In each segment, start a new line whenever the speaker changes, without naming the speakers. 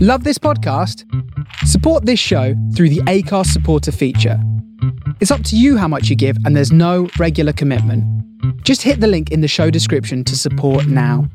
Love this podcast? Support this show through the ACARS supporter feature. It's up to you how much you give, and there's no regular commitment. Just hit the link in the show description to support now.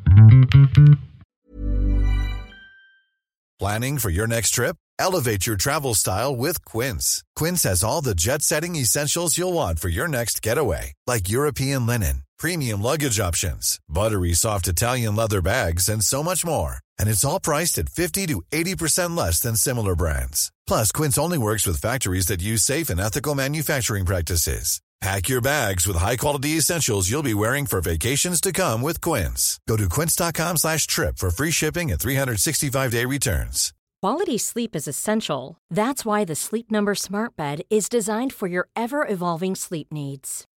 Planning for your next trip? Elevate your travel style with Quince. Quince has all the jet setting essentials you'll want for your next getaway, like European linen, premium luggage options, buttery soft Italian leather bags, and so much more. And it's all priced at 50 to 80% less than similar brands. Plus, Quince only works with factories that use safe and ethical manufacturing practices. Pack your bags with high-quality essentials you'll be wearing for vacations to come with Quince. Go to quince.com slash trip for free shipping and 365-day returns.
Quality sleep is essential. That's why the Sleep Number smart bed is designed for your ever-evolving sleep needs.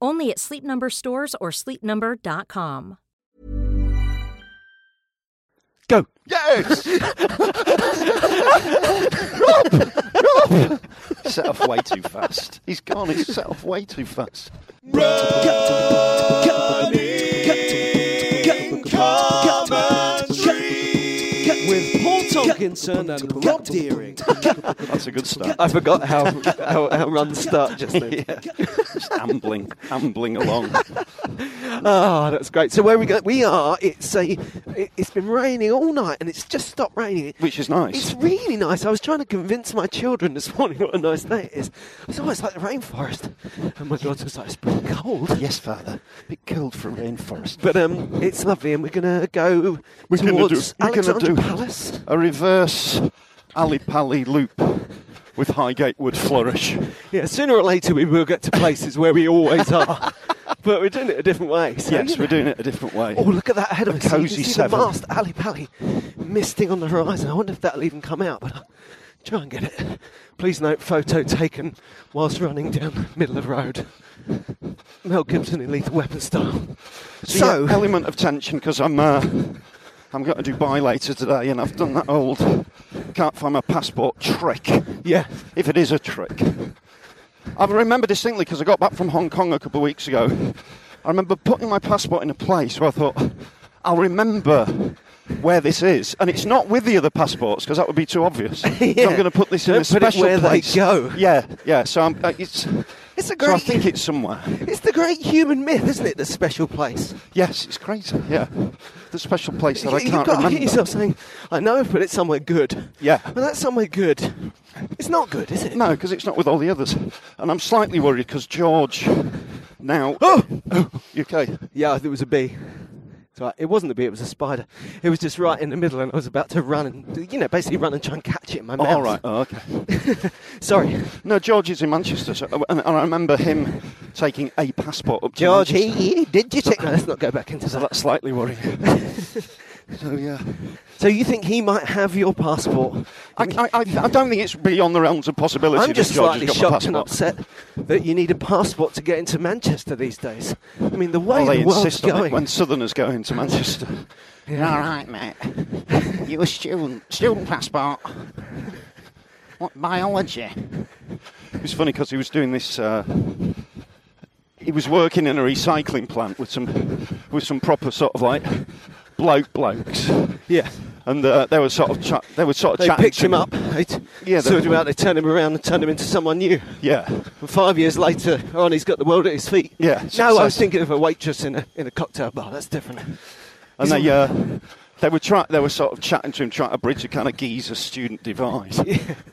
Only at Sleep Number stores or sleepnumber.com.
Go.
Yes! set off way too fast. He's gone. He's set off way too fast.
With Paul Tomkinson and Rob Deering.
That's a good start.
I forgot how how, how runs start just then.
Just ambling, ambling along.
Oh, that's great. So where we go? We are. It's a. It, it's been raining all night, and it's just stopped raining.
Which is nice.
It's really nice. I was trying to convince my children this morning what a nice day it is. It's almost like the rainforest. And my daughter's like, it's pretty cold.
Yes, father. Bit cold for rainforest.
But um, it's lovely, and we're gonna go
We're gonna
towards
do- we're gonna
Alexandra
do-
Palace.
A reverse Ali Pali loop with Highgate Wood flourish.
Yeah, sooner or later we will get to places where we always are, but we're doing it a different way. So, you
Yes,
know.
we're doing it a different way.
Oh, look at that ahead of us. you
cosy
can see
seven.
the mast, Ali Pally, misting on the horizon. I wonder if that'll even come out, but I'll try and get it. Please note, photo taken whilst running down middle of road. Mel Gibson in Lethal Weapon style.
So,
So,
yeah, uh, element of tension because I'm uh, I'm going to Dubai later today, and I've done that old can't find my passport trick.
yeah,
If it is a trick, I remember distinctly because I got back from Hong Kong a couple of weeks ago. I remember putting my passport in a place where I thought I'll remember where this is, and it's not with the other passports because that would be too obvious. So I'm
Yeah.
going to put this in
Don't
a
put it
special
where they
place.
go.
Yeah, yeah. So I'm. Uh, it's.
it's a
So I
great,
think it's somewhere.
it's the great human myth, isn't it? The special place.
Yes, it's crazy. Yeah, the special place that I
You-
can't
You've got to
remember.
hit yourself saying, I know, but it's somewhere good.
Yeah.
But that's somewhere good. It's not good, is it?
No, because it's not with all the others. And I'm slightly worried because George now. Oh! You okay?
Yeah, there was a bee. It's all right. It wasn't a bee, it was a spider. It was just right in the middle, and I was about to run and, you know, basically run and try and catch it in my mouth.
all right. Oh, okay.
Sorry.
No, George is in Manchester, so, uh, and, and I remember him taking a passport up to
George, he,
Manchester.
he- did you check? No, let's not go back into
So
that.
that's slightly worrying. so yeah,
So you think he might have your passport?
I, I, I, I don't think it's beyond the realms of possibility.
I'm
that
just
George
slightly
has got my
shocked and
passport.
upset that you need a passport to get into Manchester these days. I mean, the way
Oh, they
the world's
insist on
going.
it when Southerners go into Manchester.
All right, mate. You a student? Student passport? What biology?
It was funny because he was doing this. Uh, he was working in a recycling plant with some with some proper sort of like bloke blokes,
yeah,
and uh, they were sort of cha- they were sort of
they
chatting
picked
to
him up. They t-
Yeah, they-
sorted him out. They turned him around and turned him into someone new.
Yeah,
And five years later on, he's got the world at his feet.
Yeah,
No, I was
success.
thinking of a waitress in a, in a cocktail bar. That's different.
and they uh, they were try- they were sort of chatting to him, trying to bridge a kind of geezer student divide.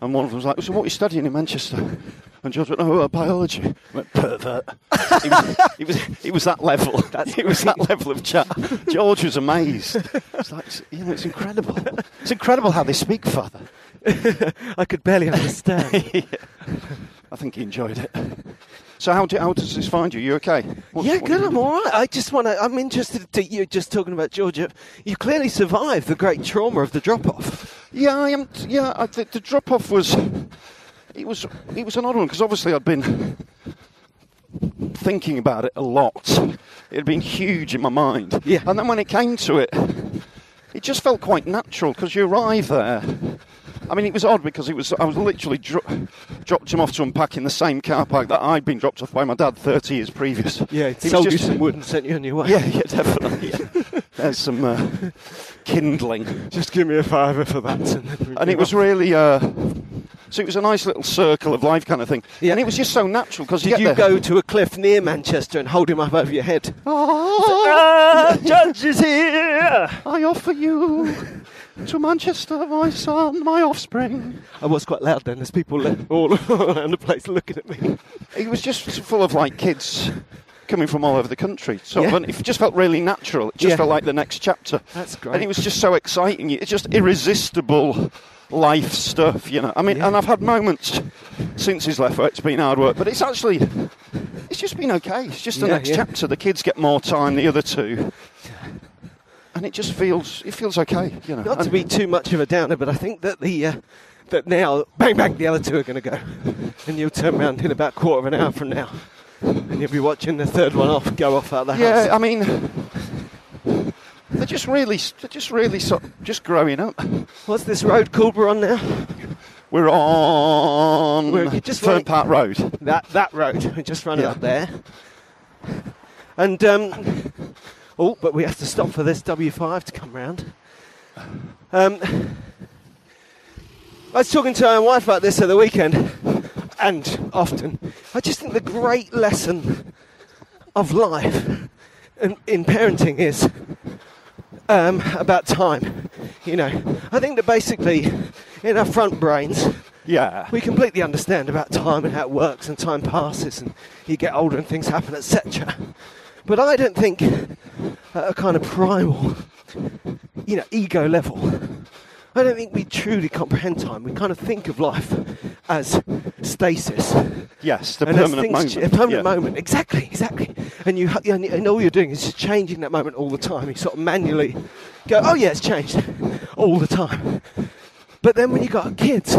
And one of them was like, "So what are you studying in Manchester?" And George went, "Oh, uh, biology." I went, "Pervert." it, was, it was it was that level. it was that level of chat. George was amazed. It's like you know, it's incredible. It's incredible how they speak, Father.
I could barely understand.
I think he enjoyed it. So how, do, how does this find you? You okay? What-
yeah,
what-
good. I'm all right. I just want to. I'm interested to you just talking about Georgia. You clearly survived the great trauma of the drop off.
Yeah, I am. Yeah, I, the, the drop off was. It was. It was an odd one because obviously I'd been thinking about it a lot. It had been huge in my mind.
Yeah.
And then when it came to it, it just felt quite natural because you arrive there. I mean, it was odd because it was. I was literally dro- dropped him off to unpack in the same car park that I'd been dropped off by my dad 30 years previous.
Yeah,
It
he
was
sold you
just-
some wood and sent you on your way.
Yeah, yeah, definitely. yeah. There's some uh, kindling
Just give me a fiver for that. And, then
and it was really uh, so it was a nice little circle of life kind of thing
Yeah.
and it was just so natural because
Did you go to a cliff near Manchester and hold him up over your head?
Oh. judge is here "Ah, i offer you to manchester my son my offspring
I was quite loud then. There's people le- all around the place looking at me.
it was just full of like kids coming from all over the country sort of,
Yeah.
and it just felt really natural it just
Yeah.
felt like the next chapter
That's
and
great.
it was just so exciting it's just irresistible life stuff you know i mean and i've had moments since he's left where it's been hard work but it's actually it's just been okay it's just the
Yeah,
next
yeah.
chapter the kids get more time the other two and it just feels it feels okay you know
Not to
And-
be too much of a downer, but I think that the uh, that now bang bang the other two are going to go, and you'll turn around in about a quarter of an hour from now, and you'll be watching the third one off go off out of the house.
yeah i mean they're just really they're just really sort of just growing up
What's this road called we're on now?
we're on
We're- you just
third
like-
part road
That that road. We just run it
Yeah.
up there. And um, oh, but we have to stop for this W5 to come round. Um, I was talking to my wife about this at the weekend, and often. I just think the great lesson of life in, in parenting is um, about time. You know, I think that basically in our front brains,
yeah
we completely understand about time and how it works, and time passes, and you get older, and things happen, etc. But I don't think at a kind of primal, you know, ego level, I don't think we truly comprehend time. We kind of think of life as stasis,
yes the
as
permanent
things
moment
ch- a permanent
Yeah.
moment, exactly, exactly. And you, ha- and, and all you're doing is just changing that moment all the time. You sort of manually go, oh yeah, it's changed all the time. But then when you got kids,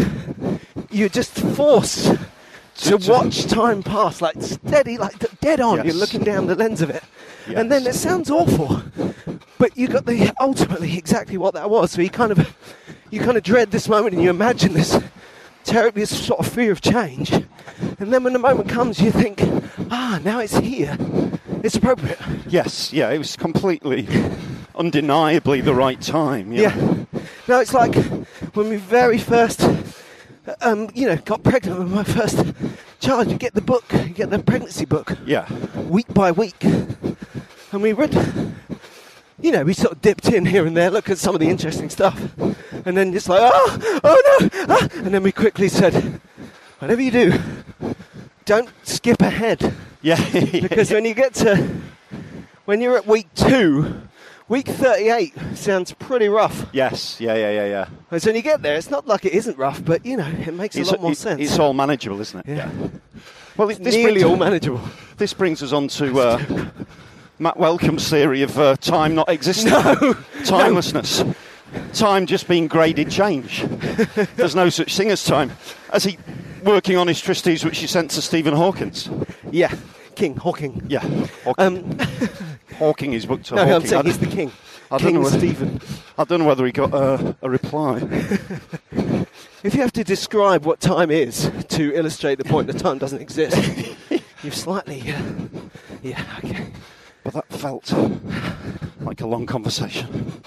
you're just forced to
to-
watch time pass, like steady, like d- dead on.
Yes.
You're looking down the lens of it, and then it
Yes.
sounds awful, but you got the ultimately exactly what that was. So you kind of, you kind of dread this moment, and you imagine this terribly this sort of fear of change, and then when the moment comes, you think, ah, now it's here, it's appropriate.
Yes, yeah, it was completely, undeniably the right time. you
Yeah.
know.
No, it's like when we very first, um, you know, got pregnant with my first child. You get the book, you get the pregnancy book,
yeah,
week by week, and we read. You know, we sort of dipped in here and there, look at some of the interesting stuff, and then it's like, oh, oh no, ah," and then we quickly said, whatever you do, don't skip ahead
yeah,
because when you get to when you're at week two, week 38 sounds pretty rough.
yes, yeah, yeah, yeah, yeah.
Because when you get there, it's not like it isn't rough, but you know, it makes a lot more
it-
sense.
It's all manageable, isn't it?
Yeah.
Well, it-
It's
this
nearly
brings,
all manageable.
this brings us on to uh, Matt Welcome's theory of uh, time not existing, timelessness, time just being graded change. There's no such thing as time. As he working on his trustees, which he sent to Stephen Hawkins.
Yeah, King Hawking.
Yeah, Hawking,
Um, no,
Hawking is booked to Hawking.
I'm saying
I-
he's the king.
I don't know
king
whether-
Stephen.
I don't know whether he got uh, a reply.
If you have to describe what time is to illustrate the point that time doesn't exist, you've slightly. Uh, yeah, okay.
But that felt like a long conversation.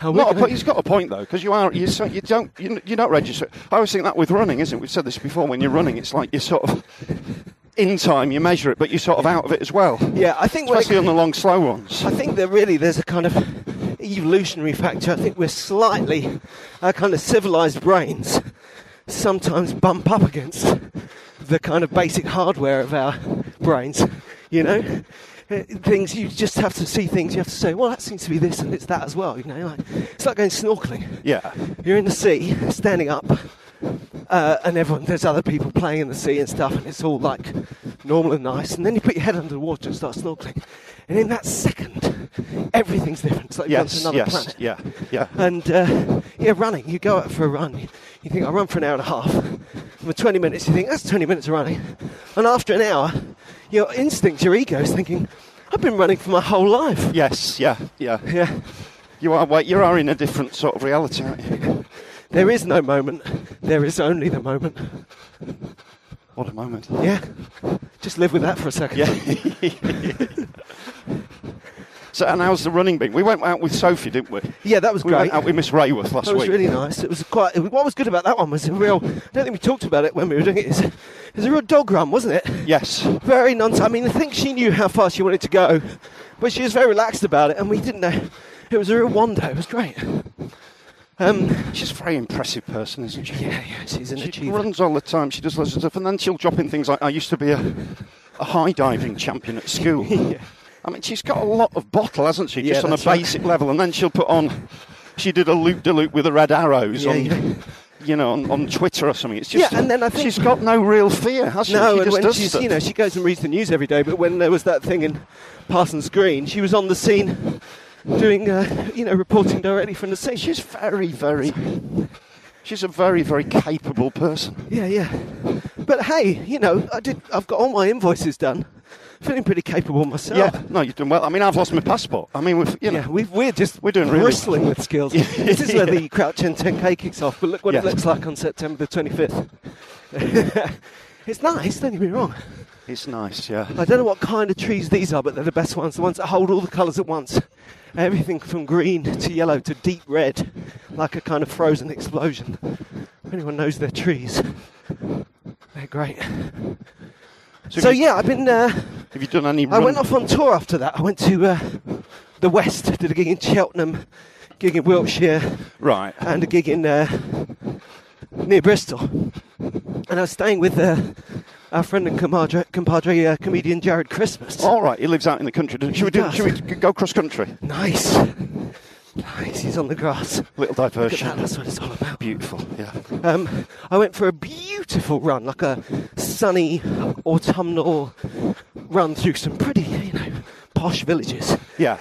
Are we
Not a
gonna-
po- he's got a point though, because you are you so you don't you, n- you're not registered. I always think that with running, isn't it? We've said this before. When you're running, it's like you're sort of in time. You measure it, but you're sort of out of it as well.
yeah, I think when it
Especially on the long, slow ones.
I think that really there's a kind of evolutionary factor. I think we're slightly, our kind of civilized brains sometimes bump up against the kind of basic hardware of our brains, you know? Uh, Things you just have to see things, you have to say, well, that seems to be this and it's that as well, you know? Like, it's like going snorkeling.
Yeah,
You're in the sea, standing up, uh, and everyone, there's other people playing in the sea and stuff, and it's all like normal and nice. And then you put your head under the water and start snorkeling, and in that second, everything's different. It's like you're
yes,
onto another
yes,
planet.
yeah, yeah.
And uh, Yeah, running. You go out for a run. You, you think, I'll run for an hour and a half. And with 20 minutes, you think, that's 20 minutes of running. And after an hour, your instincts, your ego is thinking, I've been running for my whole life.
Yes, yeah, yeah.
Yeah.
You are wa- you are in a different sort of reality, aren't you?
There is no moment. There is only the moment.
What a moment.
Yeah. Just live with that for a second.
Yeah. so, and how's the running been? We went out with Sophie, didn't we?
Yeah, that was
We
great.
went out with Miss Rayworth last
That was
week.
really nice. It was quite. It was, what was good about that one was a real. I don't think we talked about it when we were doing it. It was, it was a real dog run, wasn't it?
Yes.
Very non. I mean, I think she knew how far she wanted to go, but she was very relaxed about it, and we didn't know. It was a real wonder. It was great. Um,
She's a very impressive person, isn't she?
yeah, yeah, she's an
She
achiever.
runs all the time. She does loads of stuff, and then she'll drop in things like, "I used to be a, a high diving champion at school." I mean, she's got a lot of bottle, hasn't she?
Yeah,
Just on a
that's right.
basic level, and then she'll put on. She did a loop de loop with the red arrows
Yeah,
on,
yeah.
you know, on, on Twitter or something. It's just
Yeah, and then I think-
she's got no real fear, has she?
No,
she
and
just
when
does
she's,
stuff.
you know, she goes and reads the news every day. But when there was that thing in Parsons Green, she was on the scene, doing, uh, you know, reporting directly from the scene.
she's very, very. She's a very, very capable person.
Yeah, yeah. But hey, you know, I did. I've got all my invoices done. Feeling pretty capable myself.
Yeah, Oh, no, you've done well. I mean, I've lost my passport. I mean, we've, you know,
yeah. We've, we're just
We're doing really
bristling with skills.
Yeah.
This is where the Crouch and 10K kicks off. But look what it
Yeah.
looks like on September the 25th. it's nice. Don't get me wrong.
it's nice. Yeah,
I don't know what kind of trees these are, but they're the best ones. The ones that hold all the colours at once. Everything from green to yellow to deep red, like a kind of frozen explosion. If anyone knows their trees, they're great. So,
have you-
yeah, I've been. Uh,
Have you done any?
I
run-
went off on tour after that. I went to uh, the West, did a gig in Cheltenham, gig in Wiltshire,
Right.
and a gig in uh, near Bristol. And I was staying with uh, our friend and compadre, compadre uh, comedian Jared Christmas.
All right, he lives out in the country. Doesn't he? Should we, do,
does.
should we g- go cross country?
Nice. Nice, he's on the grass.
Little
Look at that,
diversion.
that's what it's all about.
Beautiful. Yeah.
Um, I went for a beautiful run, like a sunny autumnal run through some pretty, you know, posh villages.
Yeah.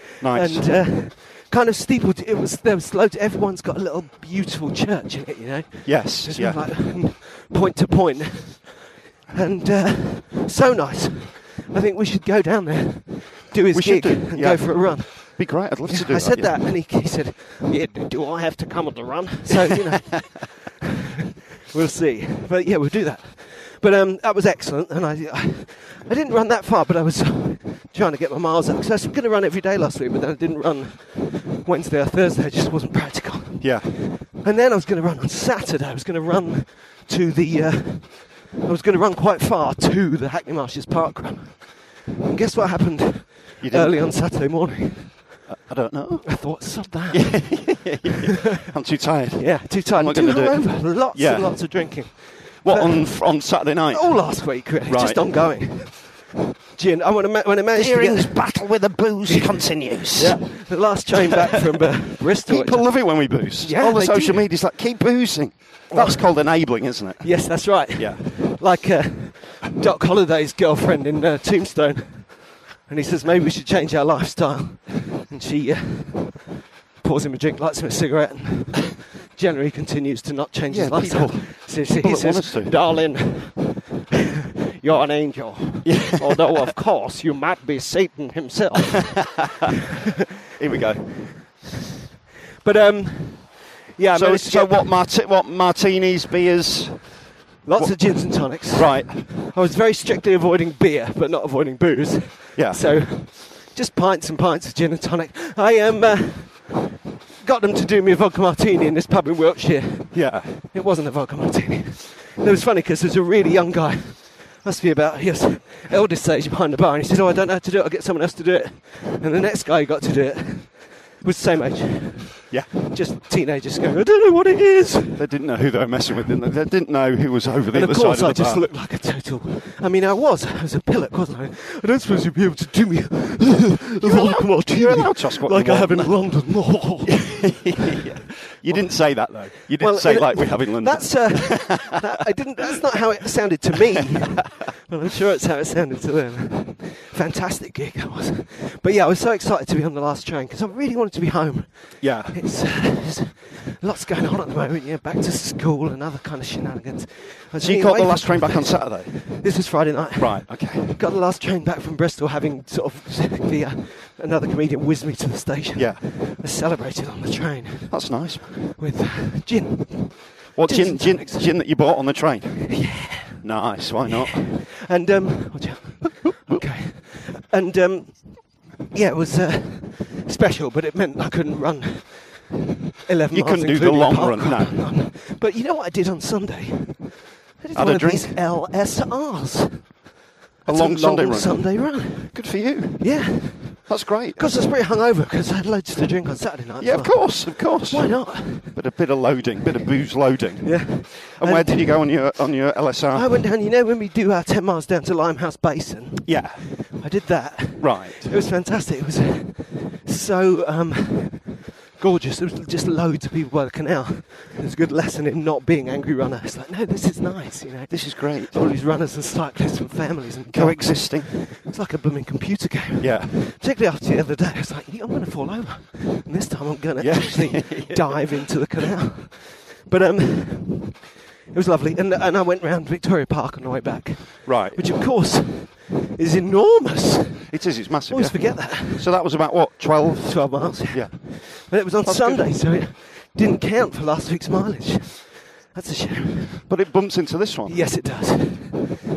nice.
and uh, kind of steeple. It was there was loads. Everyone's got a little beautiful church in it, you know.
yes.
Just
yeah.
like mm, point to point, and uh, so nice. I think we should go down there, do his
We should
gig,
do,
and
yeah.
go for a run.
Be great. I'd love to
I
do that.
said
yeah.
that, and he, he said, "Yeah, d- do I have to come on the run?" So you know, we'll see. But yeah, we'll do that. But um, that was excellent, and I, I, I didn't run that far, but I was trying to get my miles up because I was going to run every day last week, but then I didn't run Wednesday or Thursday; it just wasn't practical.
Yeah.
And then I was going to run on Saturday. I was going to run to the. Uh, I was going to run quite far to the Hackney Marshes Park Run. And guess what happened
You didn't?
early on Saturday morning?
I don't know.
I thought, sod that.
I'm too tired.
Yeah, too tired.
I'm not
Too
gonna do it.
hungover. Lots
Yeah.
and lots of drinking.
What on f- on Saturday night?
All last week, really.
Right.
Just ongoing. Gin. I when I, ma- when I managed
Deering's
to
battle with the booze continues.
get yeah, the last train back from uh, Bristol.
People love it when we booze.
Yeah,
All the
they
social
do.
media's like, keep boozing. That's called enabling, isn't it?
yes, that's right.
Yeah.
Like uh, Doc Holliday's girlfriend in uh, Tombstone, and he says maybe we should change our lifestyle, and she uh, pours him a drink, lights him a cigarette, and generally continues to not change his
Yeah,
lifestyle.
people-
So he
people that want us
says,
to.
"Darling." You're an angel. Although, of course, you might be Satan himself.
Here we go.
But, um, yeah, I
so,
managed to
so
get
what, marti- what martinis, beers?
Lots of gins and tonics.
Right.
I was very strictly avoiding beer, but not avoiding booze.
Yeah.
So, just pints and pints of gin and tonic. I um, uh, got them to do me a vodka martini in this pub in Wiltshire.
Yeah.
It wasn't a vodka martini. It was funny because there's a really young guy, must be about his eldest age behind the bar, and he said, "Oh, I don't know how to do it. I'll get someone else to do it." And the next guy who got to do it was the same age,
Yeah.
just teenagers going, "I don't know what it is."
They didn't know who they were messing with. Didn't they? they didn't know who was over the
And
other
of course,
side
I
of the
just
bar.
looked like a total. I mean, I was. I was a pillock, wasn't I? I don't suppose you'd be able to do me a vodka martini
you're allowed to ask what
like
you
I have in
want.
London.
You didn't say that though. You didn't
Well,
say
it-
like we have in London.
That's uh, that, I didn't. That's not how it sounded to me. well, I'm sure it's how it sounded to them. Fantastic gig that was. But yeah, I was so excited to be on the last train because I really wanted to be home.
yeah.
It's, uh, there's lots going on at the moment. Yeah, back to school and other kind of shenanigans. I was
So you
really
caught the
away
last
from-
train back on Saturday.
This was Friday night.
Right. Okay.
Got the last train back from Bristol, having sort of the, uh, another comedian whiz me to the station.
Yeah.
I celebrated on the train
That's nice.
with uh, gin.
What
Gin
gin? Gin,
tonics.
gin that you bought on the train? Yeah. Nice. Why not?
And um, watch out. okay. And um, yeah, it was uh, special, but it meant I couldn't run. Eleven.
You
miles,
couldn't do the
including
long
park
run,
run.
no.
None. But you know what I did on Sunday? I did
Had a
one of
drink?
these LSRs.
A
That's
long, Sunday
long
run.
Sunday run.
Good for you.
Yeah,
That's great.
because I was pretty hungover because I had loads to drink on Saturday night. as
Yeah, of
well.
course, of course.
Why not?
But a bit of loading, bit of booze loading.
Yeah.
And where did you go on your on your LSR?
I went down. You know when we do our ten miles down to Limehouse Basin,
Yeah.
I did that.
Right.
It was fantastic. It was so um, gorgeous. There was just loads of people by the canal. It was a good lesson in not being angry runner. It's like, no, this is nice, you know.
This is great.
all these runners and cyclists and families and
Coexisting.
It's like a blooming computer game.
Yeah.
Particularly after the other day, I was like, "Yeah, I'm going to fall over. And this time I'm going to
Yeah.
actually dive into the canal. But um, it was lovely. And, and I went round Victoria Park on the way back,
Right.
which of course is enormous.
It is. It's massive.
Always
yeah.
forget that.
So that was about what? Twelve.
12 miles.
Yeah.
But it was on
That's
Sunday,
good.
so it didn't count for last week's mileage. That's a shame.
But it bumps into this one.
Yes, it does.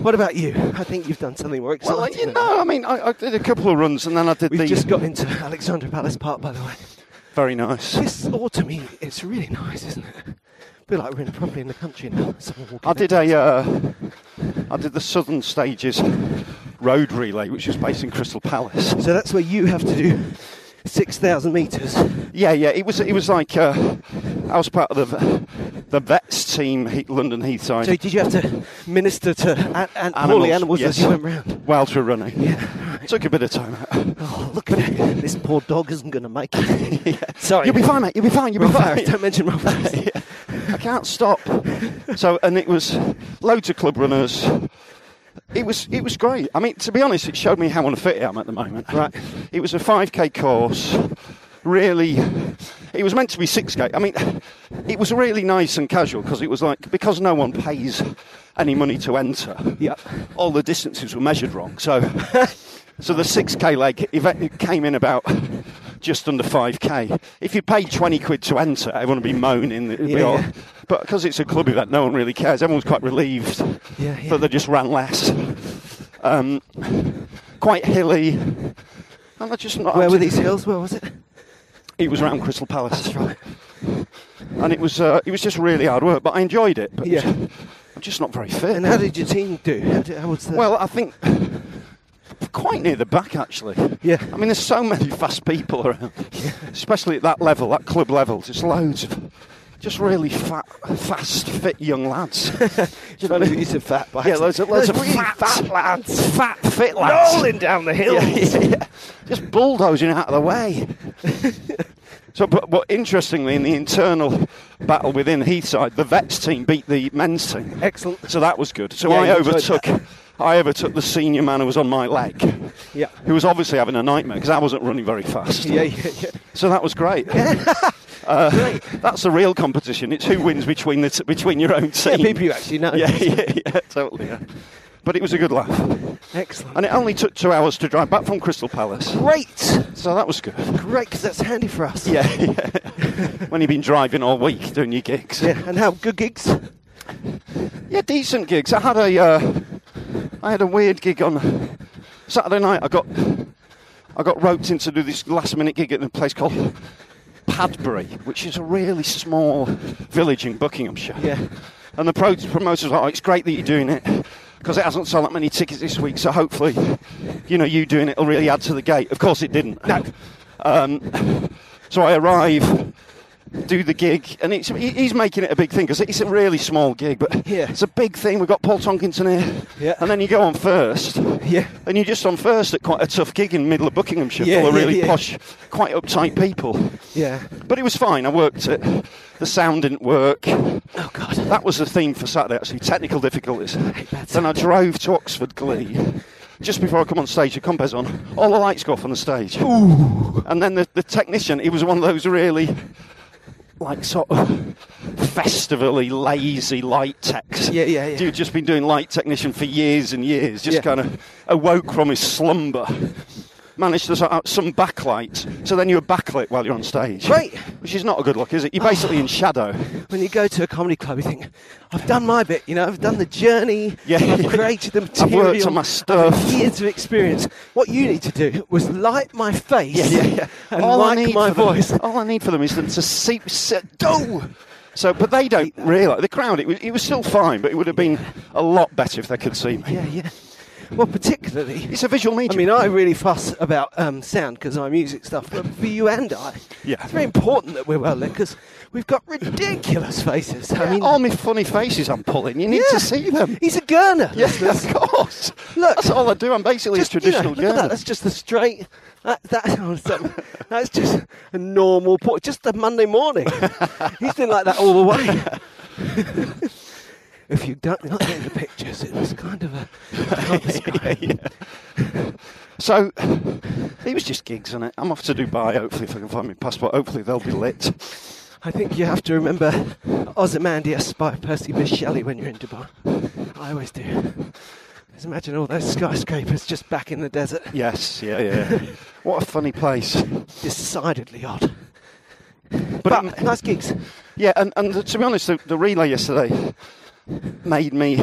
What about you? I think you've done something more exciting.
Well, you
than
know, I mean, I, I did a couple of runs and then I did
We've
the
just got into Alexandra Palace Park, by the way.
very nice.
This autumn, it's really nice, isn't it? Feel like we're in, probably in the country now. Someone walking
I did
down.
a, uh, I did the Southern Stages road relay, which was based in Crystal Palace.
So that's where you have to do six thousand meters.
Yeah, yeah, it was it was like uh, I was part of the the vets team, He- London Heathside.
So did you have to minister to an, an, all the animals as
yes,
you went round?
Whilst we were running,
Yeah. right.
took a bit of time. out.
Oh, look at it. This poor dog isn't going to make it. Sorry.
You'll be fine, mate. You'll be fine. You'll
Rough Harris,
be fine.
Don't mention Rough Harris.
I can't stop. So, and it was loads of club runners. It was it was great. I mean, to be honest, it showed me how unfit I am at the moment.
Right.
It was a 5k course. Really, it was meant to be 6k. I mean, it was really nice and casual because it was like because no one pays any money to enter.
Yep.
All the distances were measured wrong. So, so the 6k leg event it came in about. Just under 5k. If you paid 20 quid to enter, everyone would be moaning. It'd be
Yeah,
all-
yeah.
but because it's a club event, no one really cares. Everyone's quite relieved
Yeah, yeah.
that they just ran less. Um, quite hilly. And I just not
Where were
actually-
these hills? Where was it?
It was around Crystal Palace,
That's right.
and it was uh, it was just really hard work. But I enjoyed it. But
Yeah.
I'm just not very fit.
And how did your team do? How, did, how was the
well, I think quite near the back actually.
Yeah.
I mean, there's so many fast people around, especially at that level, that club level. There's loads of just really fat, fast, fit young lads.
Funny use of fat by
Yeah, loads of, loads of fat, lads, fat fit lads, rolling down the hill, just bulldozing out of the way. so, but, but interestingly, in the internal battle within Heathside, the vets team beat the men's team,
Excellent.
so that was good. So
Yeah,
I
you enjoyed
overtook,
that.
I overtook the senior man who was on my leg,
Yeah.
who was obviously having a nightmare because I wasn't running very fast.
Yeah, yeah, yeah.
So that was great. Uh, That's the real competition. It's who wins between the t- between your own
Yeah,
team.
people you actually know.
Yeah, yeah, yeah, totally. Yeah. But it was a good laugh.
Excellent.
And it only took two hours to drive back from Crystal Palace.
great.
So that was good.
Great, because that's handy for us.
Yeah, yeah. when you've been driving all week doing your gigs.
Yeah, and how good gigs?
Yeah, decent gigs. I had a, uh, I had a weird gig on Saturday night. I got, I got roped in to do this last minute gig at a place called Padbury, which is a really small village in Buckinghamshire.
Yeah.
And the pro- promoters are like, it's great that you're doing it because it hasn't sold that many tickets this week. So hopefully, you know, you doing it will really add to the gate. Of course, it didn't. No. Um, so I arrive do the gig, and it's, he- he's making it a big thing because it's a really small gig, but
Yeah.
it's a big thing. We've got Paul Tonkinson here,
Yeah.
and then you go on first,
Yeah.
and you're just on first at quite a tough gig in the middle of Buckinghamshire,
Yeah,
full of
yeah,
really
yeah.
posh, quite uptight people.
Yeah.
But it was fine. I worked it. The sound didn't work.
Oh God.
That was the theme for Saturday, actually. Technical difficulties.
that
Then I drove to Oxford Glee. Just before I come on stage, the compes on. All the lights go off on the stage. And then the, the technician, he was one of those really, like sort of festivally lazy light techs.
Yeah, yeah, yeah.
Dude just been doing light technician for years and years. Just
Yeah.
kind of awoke from his slumber. Managed to sort out some backlight, so then you were backlit while you're on stage.
Great.
Which is not a good look, is it? You're basically in shadow.
When you go to a comedy club, you think, I've done my bit. You know, I've done the journey.
Yeah.
I've created the
I've
material.
worked on my stuff.
Years of experience. What you need to do was light my face and
all I
like
need
my
for them-
voice.
all I need for them is them to see, sit, go. So, but they don't realise the crowd. It was, it was still fine, but it would have been a lot better if they could see me.
Yeah, yeah. Well, particularly,
It's a visual
I
medium.
mean, I really fuss about um, sound because I'm music stuff, but for you and I,
Yeah.
it's very important that we're well lit because we've got ridiculous faces. I mean,
all my funny faces I'm pulling. You need
yeah.
to see them.
He's a gurner.
Yes, of course.
Look.
that's all I do. I'm basically
Just,
a traditional
you know, look at that,
German.
That's just the straight. That, that, oh, some- that's just a normal port. Just a Monday morning. He's been like that all the way. if you don't you're not get the pictures, it was kind of a. I can't describe.
So it was just gigs, and I'm off to Dubai. Hopefully, if I can find my passport, hopefully they'll be lit.
I think you have to remember Ozymandias by Percy Bysshe Shelley when you're in Dubai. I always do. Just imagine all those skyscrapers just back in the desert.
Yes, yeah, yeah. what a funny place.
Decidedly odd.
But,
But, uh,
it-
nice gigs.
Yeah, and, and to be honest, the, the relay yesterday made me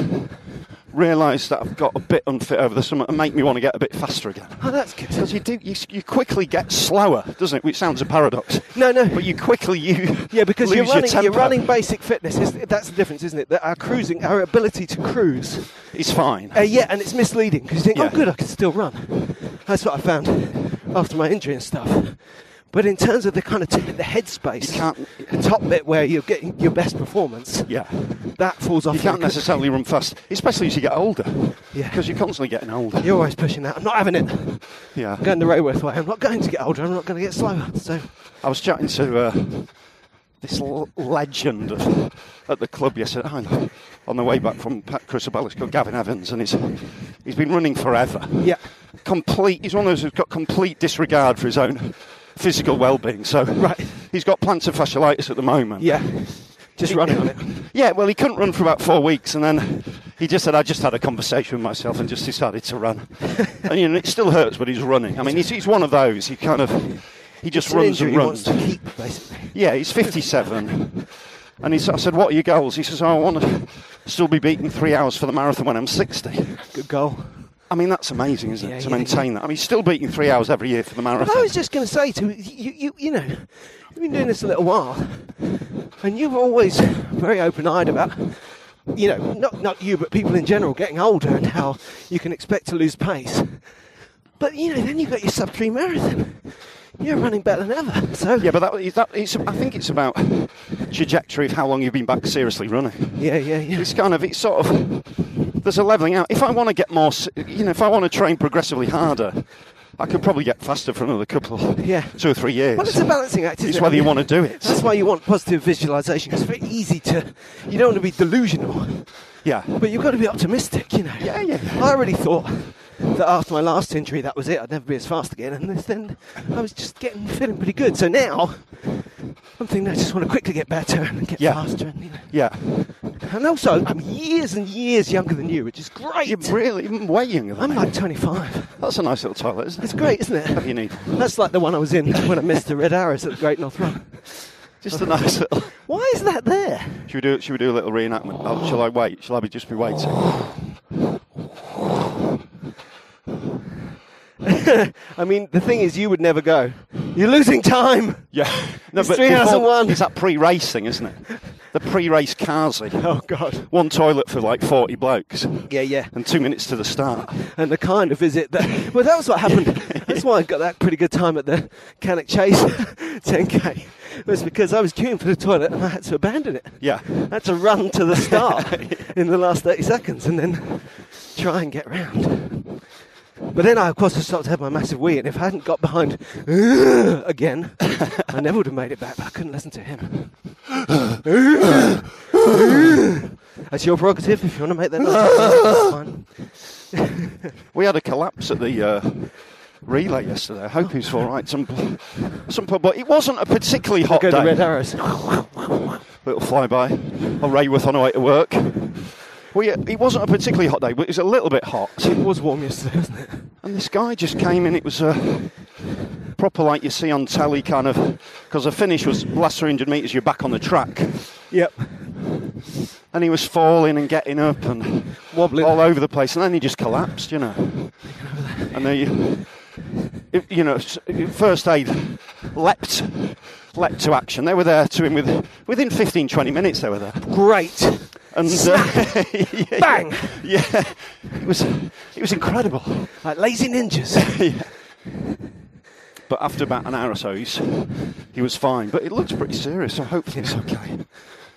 realise that I've got a bit unfit over the summer and make me want to get a bit faster again.
Oh, that's good.
Because you do, you, s- you quickly get slower, doesn't it? Which sounds a paradox.
No, no.
But you quickly you
Yeah, because
lose
you're running,
your
you're
tempo.
running basic fitness. Is, that's the difference, isn't it? That our cruising, our ability to cruise,
It's fine.
uh, yeah, and it's misleading because you think,
Yeah.
oh, good, I can still run. That's what I found after my injury and stuff. But in terms of the kind of t- the headspace,
You can't-
the top bit where you're getting your best performance,
Yeah,
that falls off.
you can't
really quick.
necessarily run fast, especially as you get older.
Yeah.
because you're constantly getting older.
You're always pushing that. I'm not having it. I'm
Yeah,
going the Rayworth way. I'm not going to get older. I'm not going to get slower. So,
I was chatting to uh, this l- legend of, at the club yesterday I know, on the way back from Pat Crucibalis called Gavin Evans, and he's, he's been running forever.
yeah,
Complete, he's one of those who's got complete disregard for his own physical well being. So
Right.
he's got plantar fasciitis at the moment.
yeah, just running on it.
Yeah, well, he couldn't run for about four weeks, and then he just said, "I just had a conversation with myself and just decided to run." and you know, it still hurts, but he's running. I mean, he's, he's one of those. He kind of he just
It's an
runs
injury
and
he
runs.
wants to keep, basically.
Yeah, he's 57. And he, s- I said, What are your goals? He says, oh, I want to still be beating three hours for the marathon when I'm 60.
Good goal.
I mean, that's amazing, isn't
Yeah,
it? To
yeah,
maintain that. I mean, he's still beating three hours every year for the marathon.
But I was just going to say to you, you, you know, you've been doing this a little while, and you were always very open-eyed about, you know, not not you, but people in general getting older and how you can expect to lose pace. But you know, then you got your sub three marathon. You're running better than ever. So
yeah, but that, is that, it's, I think it's about trajectory of how long you've been back seriously running.
yeah, yeah, yeah.
It's kind of, it's sort of, there's a levelling out. If I want to get more, s- you know, if I want to train progressively harder, I could probably get faster for another couple,
Yeah.
two or three years.
Well, it's a balancing act, isn't
It's
it?
whether you want to do it.
That's why you want positive visualization. It's very easy to. You don't want to be delusional.
Yeah.
But you've got to be optimistic, you know.
Yeah, yeah.
I really thought that after my last injury, that was it. I'd never be as fast again. And this, then I was just getting feeling pretty good. So now I'm thinking I just want to quickly get better and get
Yeah.
faster. And, you know.
Yeah.
and also, I'm years and years younger than you, which is great.
You're really even way younger than
I'm
me.
like 25.
That's a nice little toilet, isn't it?
It's great, isn't it?
You need
That's like the one I was in when I missed the Red Arrows at the Great North Run.
just a nice little.
Why is that there?
Should we do? Should we do a little reenactment? Oh, shall I wait? Shall I be just be waiting?
I mean, the thing is, you would never go. You're losing time.
Yeah. No,
It's 3001.
It's that pre-race thing, isn't it? The pre-race carsy.
Oh, God.
One toilet for like forty blokes,
Yeah, yeah.
and two minutes to the start.
and the kind of visit that. Well, that was what happened. That's why I got that pretty good time at the Cannock Chase 10k. was because I was queuing for the toilet and I had to abandon it.
Yeah.
I had to run to the start in the last 30 seconds and then try and get round. But then I, of course, I stopped to have my massive wee, and if I hadn't got behind uh, again, I never would have made it back, but I couldn't listen to him. That's your prerogative if you want to make that noise. That's fine.
We had a collapse at the uh, relay yesterday. I hope he's all right. Some, some pub, but it wasn't a particularly hot
Go
day.
to Red Arrows.
Little flyby. On Rayworth on the way to work. Well, yeah, it wasn't a particularly hot day, but it was a little bit hot.
It was warm yesterday, wasn't it?
And this guy just came in. It was uh, proper like you see on telly, kind of, because the finish was last 300 metres, you're back on the track.
Yep.
And he was falling and getting up and
Wobbling.
all over the place. And then he just collapsed, you know. And then, you- if- you know, s- first aid leapt, leapt to action. They were there to him with, within 15, 20 minutes, they were there.
Great.
And uh, yeah,
Bang.
Yeah, it was, it was incredible.
Like lazy ninjas.
But after about an hour or so, he's, he was fine. But it looks pretty serious, so hopefully it's okay.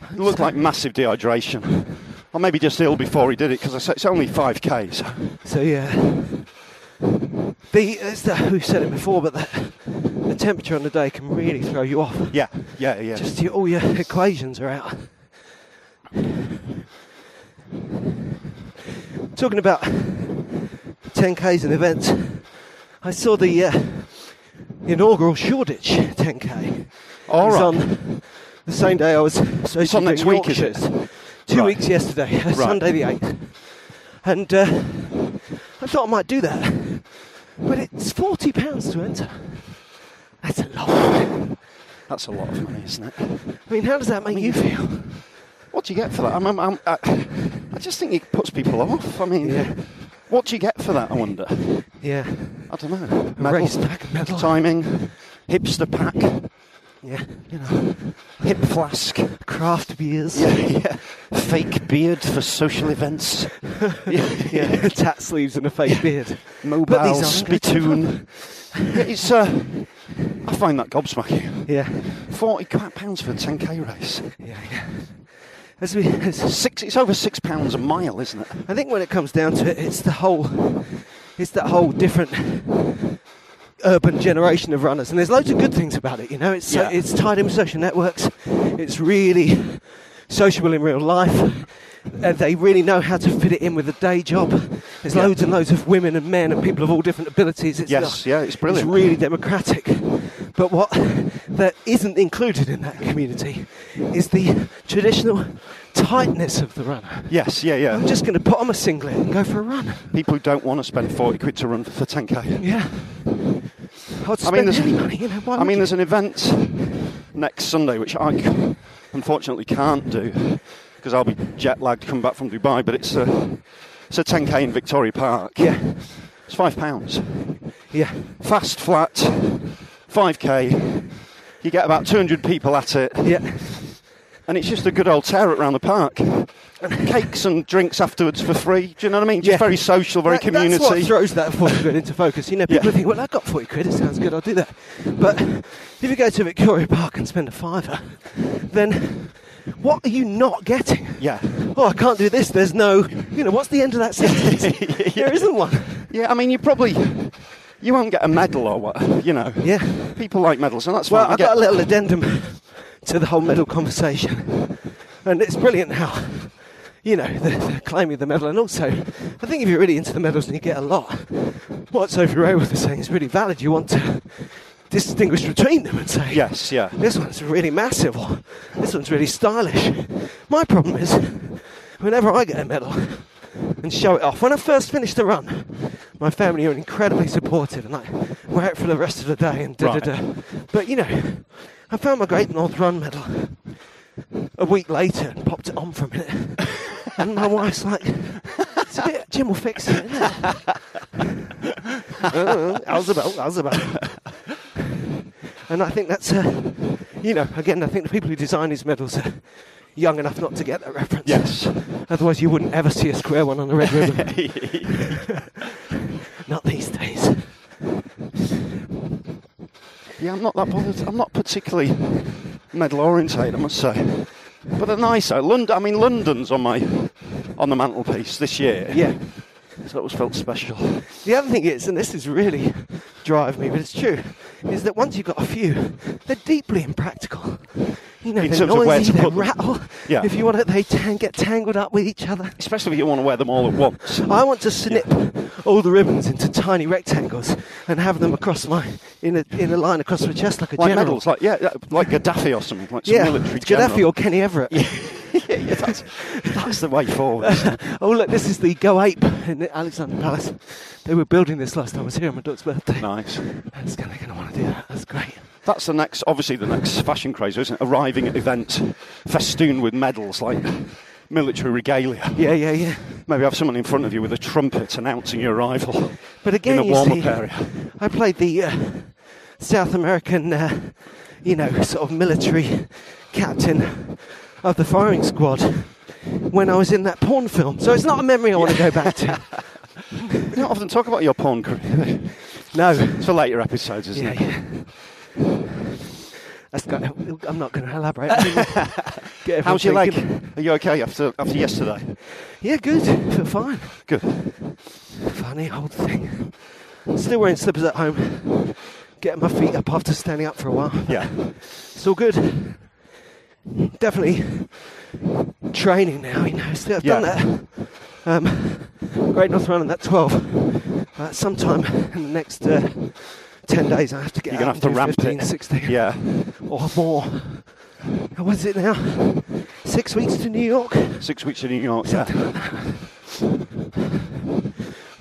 It looked like massive dehydration. Or maybe just ill before he did it, because it's only 5k. So.
so, yeah. The, it's the, we've said it before, but the, the temperature on the day can really throw you off.
Yeah, yeah, yeah.
Just your, all your equations are out. Talking about 10Ks and events, I saw the, uh, the inaugural Shoreditch 10K.
All
It was
right.
on the same day I was supposed
It's
to
on
be
next
doing
week, is it?
Yorkshire's. Two
Right.
weeks yesterday, Sunday the 8th. And uh, I thought I might do that. But it's £40 to enter. That's a lot.
That's a lot of money, isn't it?
I mean, how does that make you feel?
What do you get for that? I'm, I'm, I'm, I, I just think it puts people off. I mean,
Yeah.
what do you get for that, I wonder?
Yeah.
I don't know.
race pack, medal.
Timing, hipster pack,
Yeah.
you know, hip flask.
Craft beers.
Yeah, yeah. Fake beard for social events. yeah, yeah.
Tat sleeves and a fake beard. But
Mobile
these aren't good.
spittoon. Yeah, it's, uh, I find that gobsmacking.
Yeah.
Forty pounds for a ten k race.
Yeah, yeah. As we, as,
Six. It's over six pounds a mile, isn't it?
I think when it comes down to it, it's the whole, it's that whole different urban generation of runners, and there's loads of good things about it. You know, it's so,
Yeah.
it's tied in with social networks. It's really sociable in real life. And they really know how to fit it in with a day job. There's
Yeah.
loads and loads of women and men and people of all different abilities. It's
Yes, yeah, it's brilliant.
It's really democratic. But what that isn't included in that community is the traditional tightness of the runner.
Yes. Yeah. Yeah.
I'm just going to put on my singlet and go for a run.
People who don't want to spend forty quid to run for ten k.
Yeah. I'd
I
spend
mean, there's
any money, you know, why
I
would
mean,
you?
there's an event next Sunday which I c- unfortunately can't do because I'll be jet lagged coming back from Dubai. But it's a it's a 10k in Victoria Park.
Yeah,
It's five pounds.
yeah,
Fast flat, 5k. You get about 200 people at it,
yeah.
and it's just a good old tear around the park. Cakes and drinks afterwards for free. Do you know what I mean? Just
Yeah.
very social, very
That-
community.
That's what throws that 40 quid into focus. You know, people
Yeah.
think, well, I've got 40 quid, it sounds good, I'll do that. But if you go to Victoria Park and spend a fiver, then what are you not getting?
Yeah.
Oh, I can't do this, there's no, you know, what's the end of that sentence? There isn't one.
Yeah, I mean, you probably you won't get a medal or what, you know.
Yeah.
People like medals, and that's
Well,
fine. I
I've
get-
got a little addendum to the whole medal conversation, and it's brilliant how, you know, the, the claiming the medal, and also, I think if you're really into the medals and you get a lot, what Sophie Rayworth is saying is really valid. You want to distinguish between them and say,
Yes, yeah.
this one's really massive, or this one's really stylish. My problem is, whenever I get a medal and show it off, when I first finished the run, my family are incredibly supportive and like, we're out for the rest of the day and da da da.
Right.
But you know, I found my Great North Run medal a week later and popped it on for a minute. And my wife's like, it's a bit, Jim will fix it, isn't it? Uh, how's about, how's about. And I think that's, uh, you know, again, I think the people who design these medals are young enough not to get that reference.
Yes.
Otherwise, you wouldn't ever see a square one on a red ribbon. not these days.
Yeah, I'm not that bothered. I'm not particularly medal orientated, I must say. But they're nice though. London, I mean, London's on my on the mantelpiece this year.
Yeah.
so that was felt special.
The other thing is, and this is really drive me, but it's true, is that once you've got a few, they're deeply impractical. You know,
In
they're
terms of
noisy,
where to
they
put them.
rattle.
Yeah.
If you want it, they tan- get tangled up with each other.
Especially if you want to wear them all at once.
I want to snip all the ribbons into tiny rectangles and have them across my in a, in a line across my chest like a
Like
general.
medals, like yeah, yeah, like Gaddafi or something, like some
yeah,
military
Gaddafi
general.
or Kenny Everett.
yeah, that's, that's the way forward. isn't it?
Oh look, this is the Go Ape in the Alexander Palace. They were building this last time I was here on my daughter's birthday.
nice.
That's gonna, gonna want to do that. That's great.
That's the next, obviously the next fashion craze, isn't it? Arriving at events festooned with medals, like military regalia.
Yeah, yeah, yeah.
Maybe have someone in front of you with a trumpet announcing your arrival.
But again,
in a
you
warm-up
see,
area.
I played the uh, South American, uh, you know, sort of military captain of the firing squad when I was in that porn film. So it's not a memory I want to go back to.
We don't often talk about your porn career.
No.
It's for later episodes, isn't
Yeah,
it?
yeah. That's got, I'm not going to elaborate. Get everyone
How's your leg?
thinking.
Are you okay after after yesterday?
Yeah, good. Feel fine.
Good.
Funny old thing. Still wearing slippers at home. Getting my feet up after standing up for a while.
Yeah.
It's all good. Definitely training now, you know. Still, I've done that. Um, Great North Run and that 12. Uh, sometime in the next uh, 10 days, I have to get
You're gonna
out
have to
and do
ramp
15,
it.
16
Yeah.
or more. And What is it now? Six weeks to New York?
Six weeks in New York. Yeah.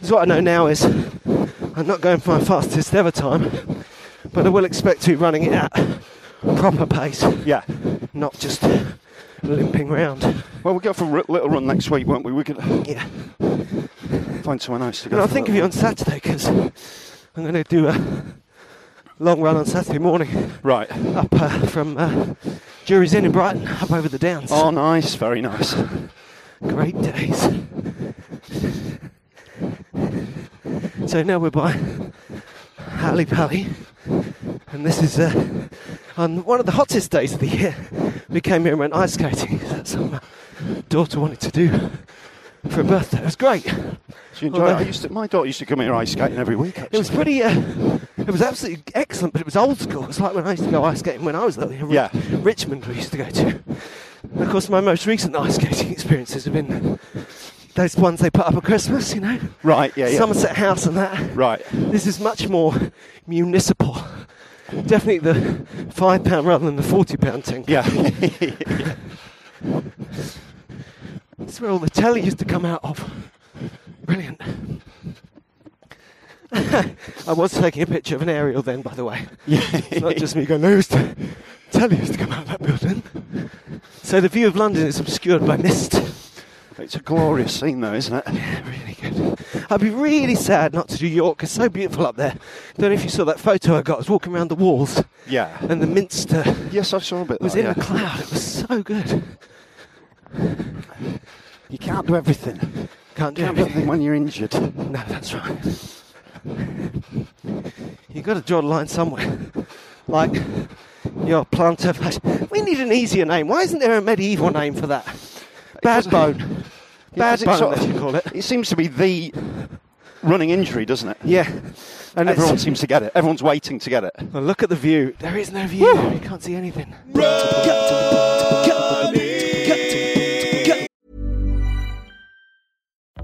So what I know now is I'm not going for my fastest ever time, but I will expect to be running it at proper pace,
Yeah.
not just limping round.
Well, we'll go for a r- little run next week, won't we? We could
Yeah.
find somewhere nice to go.
And I'll
for a
think of you
little
on Saturday because I'm going to do a long run on Saturday morning
run. Right.
up uh, from uh, Jury's Inn in Brighton, up over the downs.
Oh, nice. Very nice.
Great days. So now we're by Alley Pally, and this is uh, on one of the hottest days of the year. We came here and went ice skating. That's what my daughter wanted to do for her birthday. It was great.
Do you enjoy
Although-
it? I used to, my daughter used to come here ice skating every week. Actually.
It was pretty. Uh, it was absolutely excellent, but it was old school. It's like when I used to go ice skating when I was little. in Ri-
Yeah.
Richmond we used to go to. And of course, my most recent ice skating experiences have been those ones they put up at Christmas. You know,
right. Yeah. yeah.
Somerset House and that.
Right.
This is much more municipal. Definitely the five pound rather than the forty pound thing.
Yeah.
This is where all the telly used to come out of. Brilliant. I was taking a picture of an aerial then, by the way. It's not just me going, no, it's the telly used to come out of that building. So the view of London is obscured by mist.
It's a glorious scene, though, isn't it?
Really good. I'd be really sad not to do York. It's so beautiful up there. Don't know if you saw that photo I got. I was walking around the walls
Yeah.
and the Minster
Yes, I saw a bit.
was
that,
in
Oh, yeah.
the cloud. It was so good.
You can't do everything.
Can't do
You can't do
everything.
everything when you're injured.
No, that's right. You've got to draw the line somewhere. Like your plantar fasci- We need an easier name. Why isn't there a medieval name for that? Bad
doesn't-
bone. Bad
Because it
bone,
sort
as
of-
you call it.
It seems to be the running injury, doesn't it?
Yeah. And
Everyone
everyone's.
seems to get it. Everyone's waiting to get it.
Well, look at the view. There is no view. You can't see anything.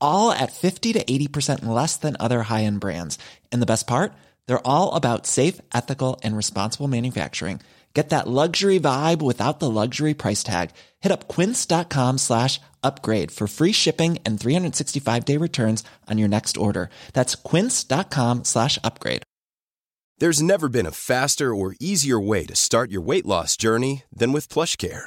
all at 50 to 80% less than other high end brands. And the best part? They're all about safe, ethical, and responsible manufacturing. Get that luxury vibe without the luxury price tag. Hit up quince.com slash upgrade for free shipping and 365 day returns on your next order. That's quince.com slash upgrade.
There's never been a faster or easier way to start your weight loss journey than with PlushCare.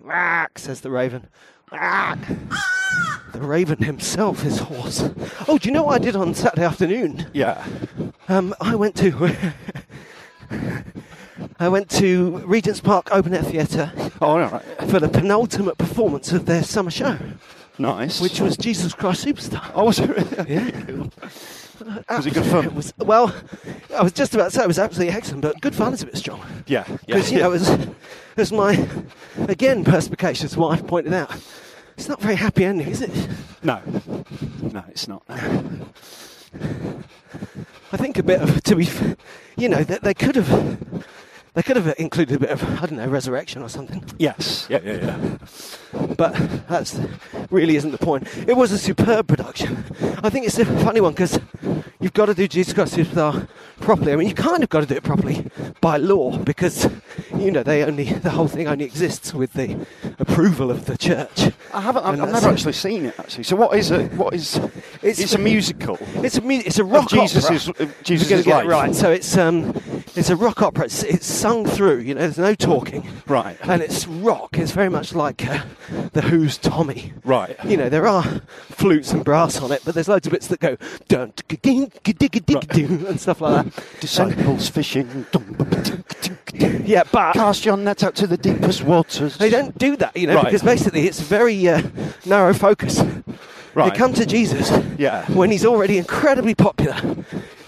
Rack, says the raven. Rack. The raven himself is hoarse. Oh, do you know what I did on Saturday afternoon?
Yeah.
Um, I went to. I went to Regent's Park Open Air Theatre
Oh, all right.
for the penultimate performance of their summer show,
Nice.
which was Jesus Christ Superstar.
Oh, was it really?
Yeah.
Was it good fun?
It was, well, I was just about to say it was absolutely excellent, but good fun is a bit strong.
Yeah. Yeah.
Because, you know, as, as my, again, perspicacious wife pointed out, it's not a very happy ending, is it?
No. No, it's not.
I think a bit of, to be, f- you know, they, they could have, they could have included a bit of, I don't know, resurrection or something.
Yes. Yeah, yeah, yeah.
But that's really isn't the point. It was a superb production. I think it's a funny one because you've got to do Jesus Christ Superstar properly. I mean, you kind of got to do it properly by law because you know they only the whole thing only exists with the approval of the church.
I haven't. I've,
And
I've
that's-
never actually seen it actually. So what is it? What is? It's, a musical.
It's a mu- it's a rock
Jesus
opera.
is- of Jesus
You're gonna
is
get
life.
it right. So it's um it's a rock opera. It's, it's sung through. You know, there's no talking.
Right.
And it's rock. It's very much like uh, the Who's Tommy.
Right.
You know, there are flutes and brass on it, but there's loads of bits that go dun doo and stuff like that.
Disciples fishing.
And- yeah, but
Cast your net out to the deepest waters.
they don't do that. You know,
Right.
because basically it's very uh, narrow focus.
Right.
They come to Jesus
Yeah.
when he's already incredibly popular.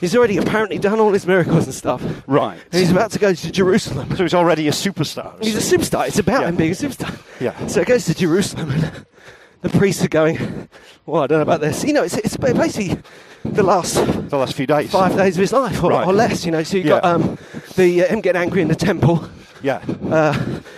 He's already apparently done all his miracles and stuff.
Right.
And he's about to go to Jerusalem.
So he's already a superstar.
He's a superstar. It's about
Yeah.
him being a superstar.
Yeah.
So he goes to Jerusalem, and the priests are going, "Well, I don't know about this." You know, it's, it's basically the last
the last few days.
five days of his life, or,
Right.
or less. You know, so you
Yeah.
got um, the uh, him getting angry in the temple,
Yeah.
uh,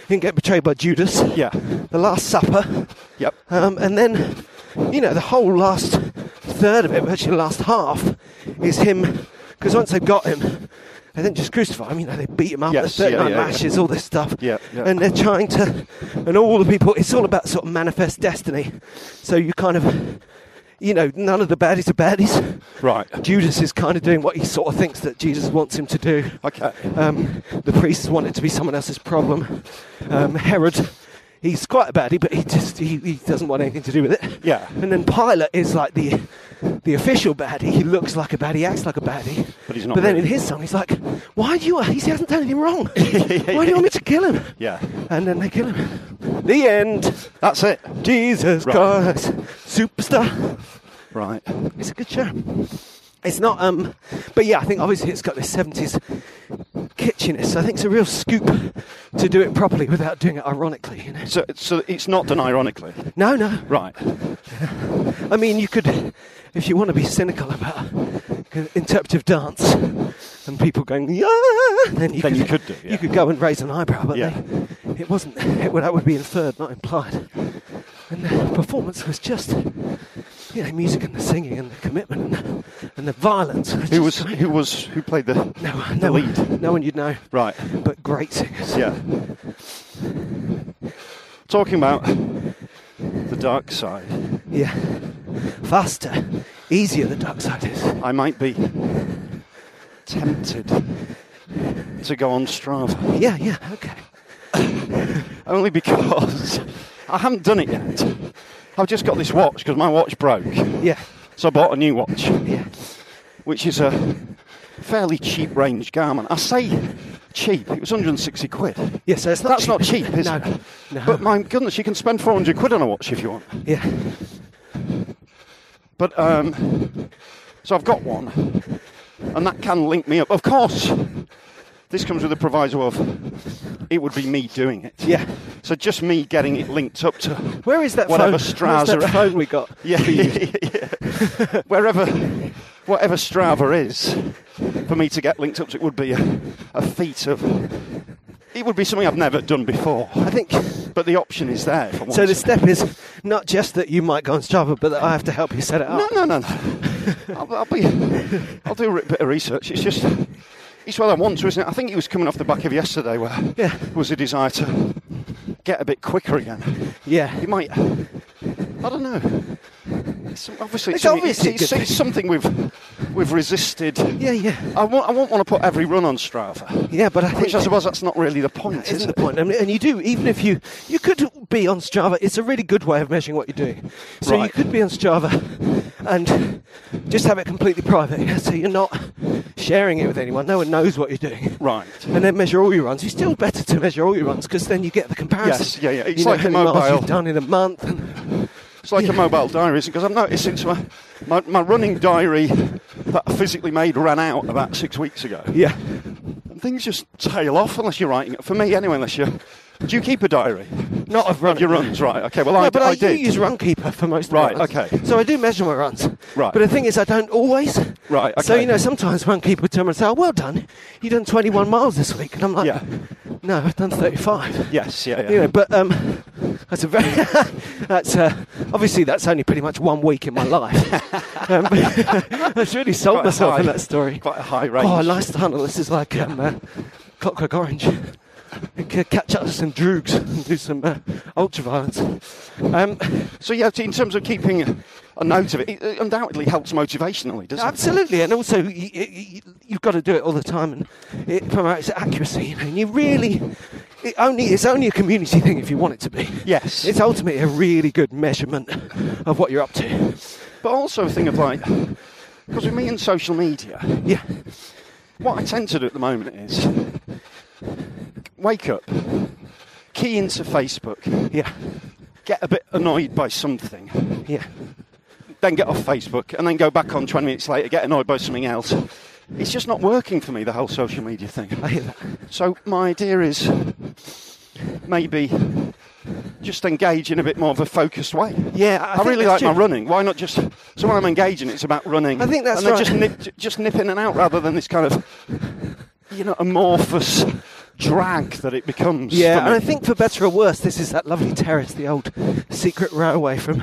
him getting betrayed by Judas,
Yeah.
the Last Supper,
Yep.
um, and then you know the whole last third of it, actually the last half, is him because once they've got him. They didn't just crucify him, you know, they beat him up,
Yes,
they
yeah,
39
yeah, yeah.
lashes, all this stuff.
Yeah, yeah.
And they're trying to, and all the people, it's all about sort of manifest destiny. So you kind of, you know, none of the baddies are baddies.
Right.
Judas is kind of doing what he sort of thinks that Jesus wants him to do.
Okay.
Um, the priests want it to be someone else's problem. Um, Herod, he's quite a baddie, but he just he, he doesn't want anything to do with it.
Yeah.
And then Pilate is like the the official baddie. He looks like a baddie, acts like a baddie.
But he's not
But then
really.
in his song, he's like, "Why do you? He hasn't done anything wrong. Why do you want me to kill him?"
Yeah.
And then they kill him. The end.
That's it.
Jesus
Right.
Christ, superstar.
Right.
It's a good show. It's not, um, but yeah, I think obviously it's got this 70s kitschiness. So I think it's a real scoop to do it properly without doing it ironically. You know?
So, so it's not done ironically.
No, no.
Right.
I mean, you could, if you want to be cynical about interpretive dance and people going, yeah, then you,
Then
could,
you could do, yeah.
You could go and raise an eyebrow, but
Yeah.
they, it wasn't, it, would- that would be inferred, not implied. And the performance was just, you know, music and the singing and the commitment and the, and the violence. It
Who
just
was
great.
who was who played the
No,
the
no
lead?
one, no one you'd know,
Right.
but great singers.
Yeah. Talking about the dark side,
Yeah. Faster, easier the dark side is.
I might be tempted to go on Strava
Yeah, yeah, okay.
only because I haven't done it yet. I've just got this watch because my watch broke,
Yeah,
so I bought a new watch,
yeah.
which is a fairly cheap range Garmin. I say cheap; it was 160 quid.
Yeah, so it's not
That's not cheap, is
no,
it?
No.
But my goodness, you can spend 400 quid on a watch if you want.
yeah.
But um, so I've got one, and that can link me up. Of course, this comes with the proviso of it would be me doing it.
Yeah.
So just me getting it linked up to
Where is that
whatever
phone? Where's
Strava.
that phone we got?
yeah, yeah. wherever, whatever Strava is, for me to get linked up to it would be a, a feat of It would be something I've never done before.
I think.
But the option is there. For
So the
once.
step is not just that you might go on Strava, but that I have to help you set it up.
No, no, no, no. I'll, I'll be. I'll do a bit of research. It's just. It's what I want to, isn't it? I think it was coming off the back of yesterday where
Yeah.
was a desire to get a bit quicker again.
Yeah.
It might. I don't know. It's obviously,
It's
something-
obviously a
it's,
good
it's something we've we've resisted.
Yeah, yeah.
I won't, I won't want to put every run on Strava.
Yeah, but I think
Which I suppose that's not really the point,
That isn't
is
the
it?
point. I mean, and you do, even if you you could be on Strava. It's a really good way of measuring what you're doing. So you
Right.
could be on Strava and just have it completely private. yeah, So you're not sharing it with anyone. No one knows what you're doing.
Right.
And then measure all your runs. It's still better to measure all your runs because then you get the comparison.
Yes, yeah, yeah. It's
you know
like
how
a
many miles
mobile-
you've done in a month. And,
It's like a mobile diary, isn't it? Because I've noticed since my, my, my running diary that I physically made ran out about six weeks ago.
yeah.
And things just tail off unless you're writing it. For me, anyway, unless you. Do you keep a diary?
Not of running.
Your runs, right. Okay, well, I,
no, but I, do
did.
use Runkeeper for most.
Right,
Of my runs.
okay.
So I do measure my runs.
Right.
But the thing is, I don't always.
Right,
So
okay.
you know, sometimes Runkeeper would turn around and say, oh, "Well done, you done 21 miles this week," and I'm like,
Yeah.
"No, I've done 35."
Yes, yeah, yeah.
You know, but um, that's a very that's uh, obviously that's only pretty much one week in my life. um, I've really sold
Quite
myself in
high-
that story.
quite a high range.
Oh, nice tunnel. This is like um, uh, Clockwork Orange. We could Catch up with some droogs and do some uh, ultraviolence. Um,
So, yeah, in terms of keeping a note of it, it undoubtedly helps motivationally, doesn't
Absolutely, and also you, you, you've got to do it all the time, and it promotes accuracy. You know, and you really, it only it's only a community thing if you want it to be.
Yes.
it's ultimately a really good measurement of what you're up to.
it? But also a thing of like, because with me and social media,
Yeah,
What I tend to do at the moment is wake up, key into Facebook,
yeah,
get a bit annoyed by something,
yeah,
then get off Facebook, and then go back on 20 minutes later, get annoyed by something else. It's just not working for me, the whole social media
I
thing.
hear that.
So, my idea is maybe just engage in a bit more of a focused way.
Yeah, I
I,
think
really
that's
like my
true.
running. Why not just. So, when I'm engaging, it's about running.
I think that's
and then
right.
Just nip, j- just nip in and out rather than this kind of you know, amorphous drag that it becomes.
Yeah,
for me.
and I think for better or worse, this is that lovely terrace, the old secret railway from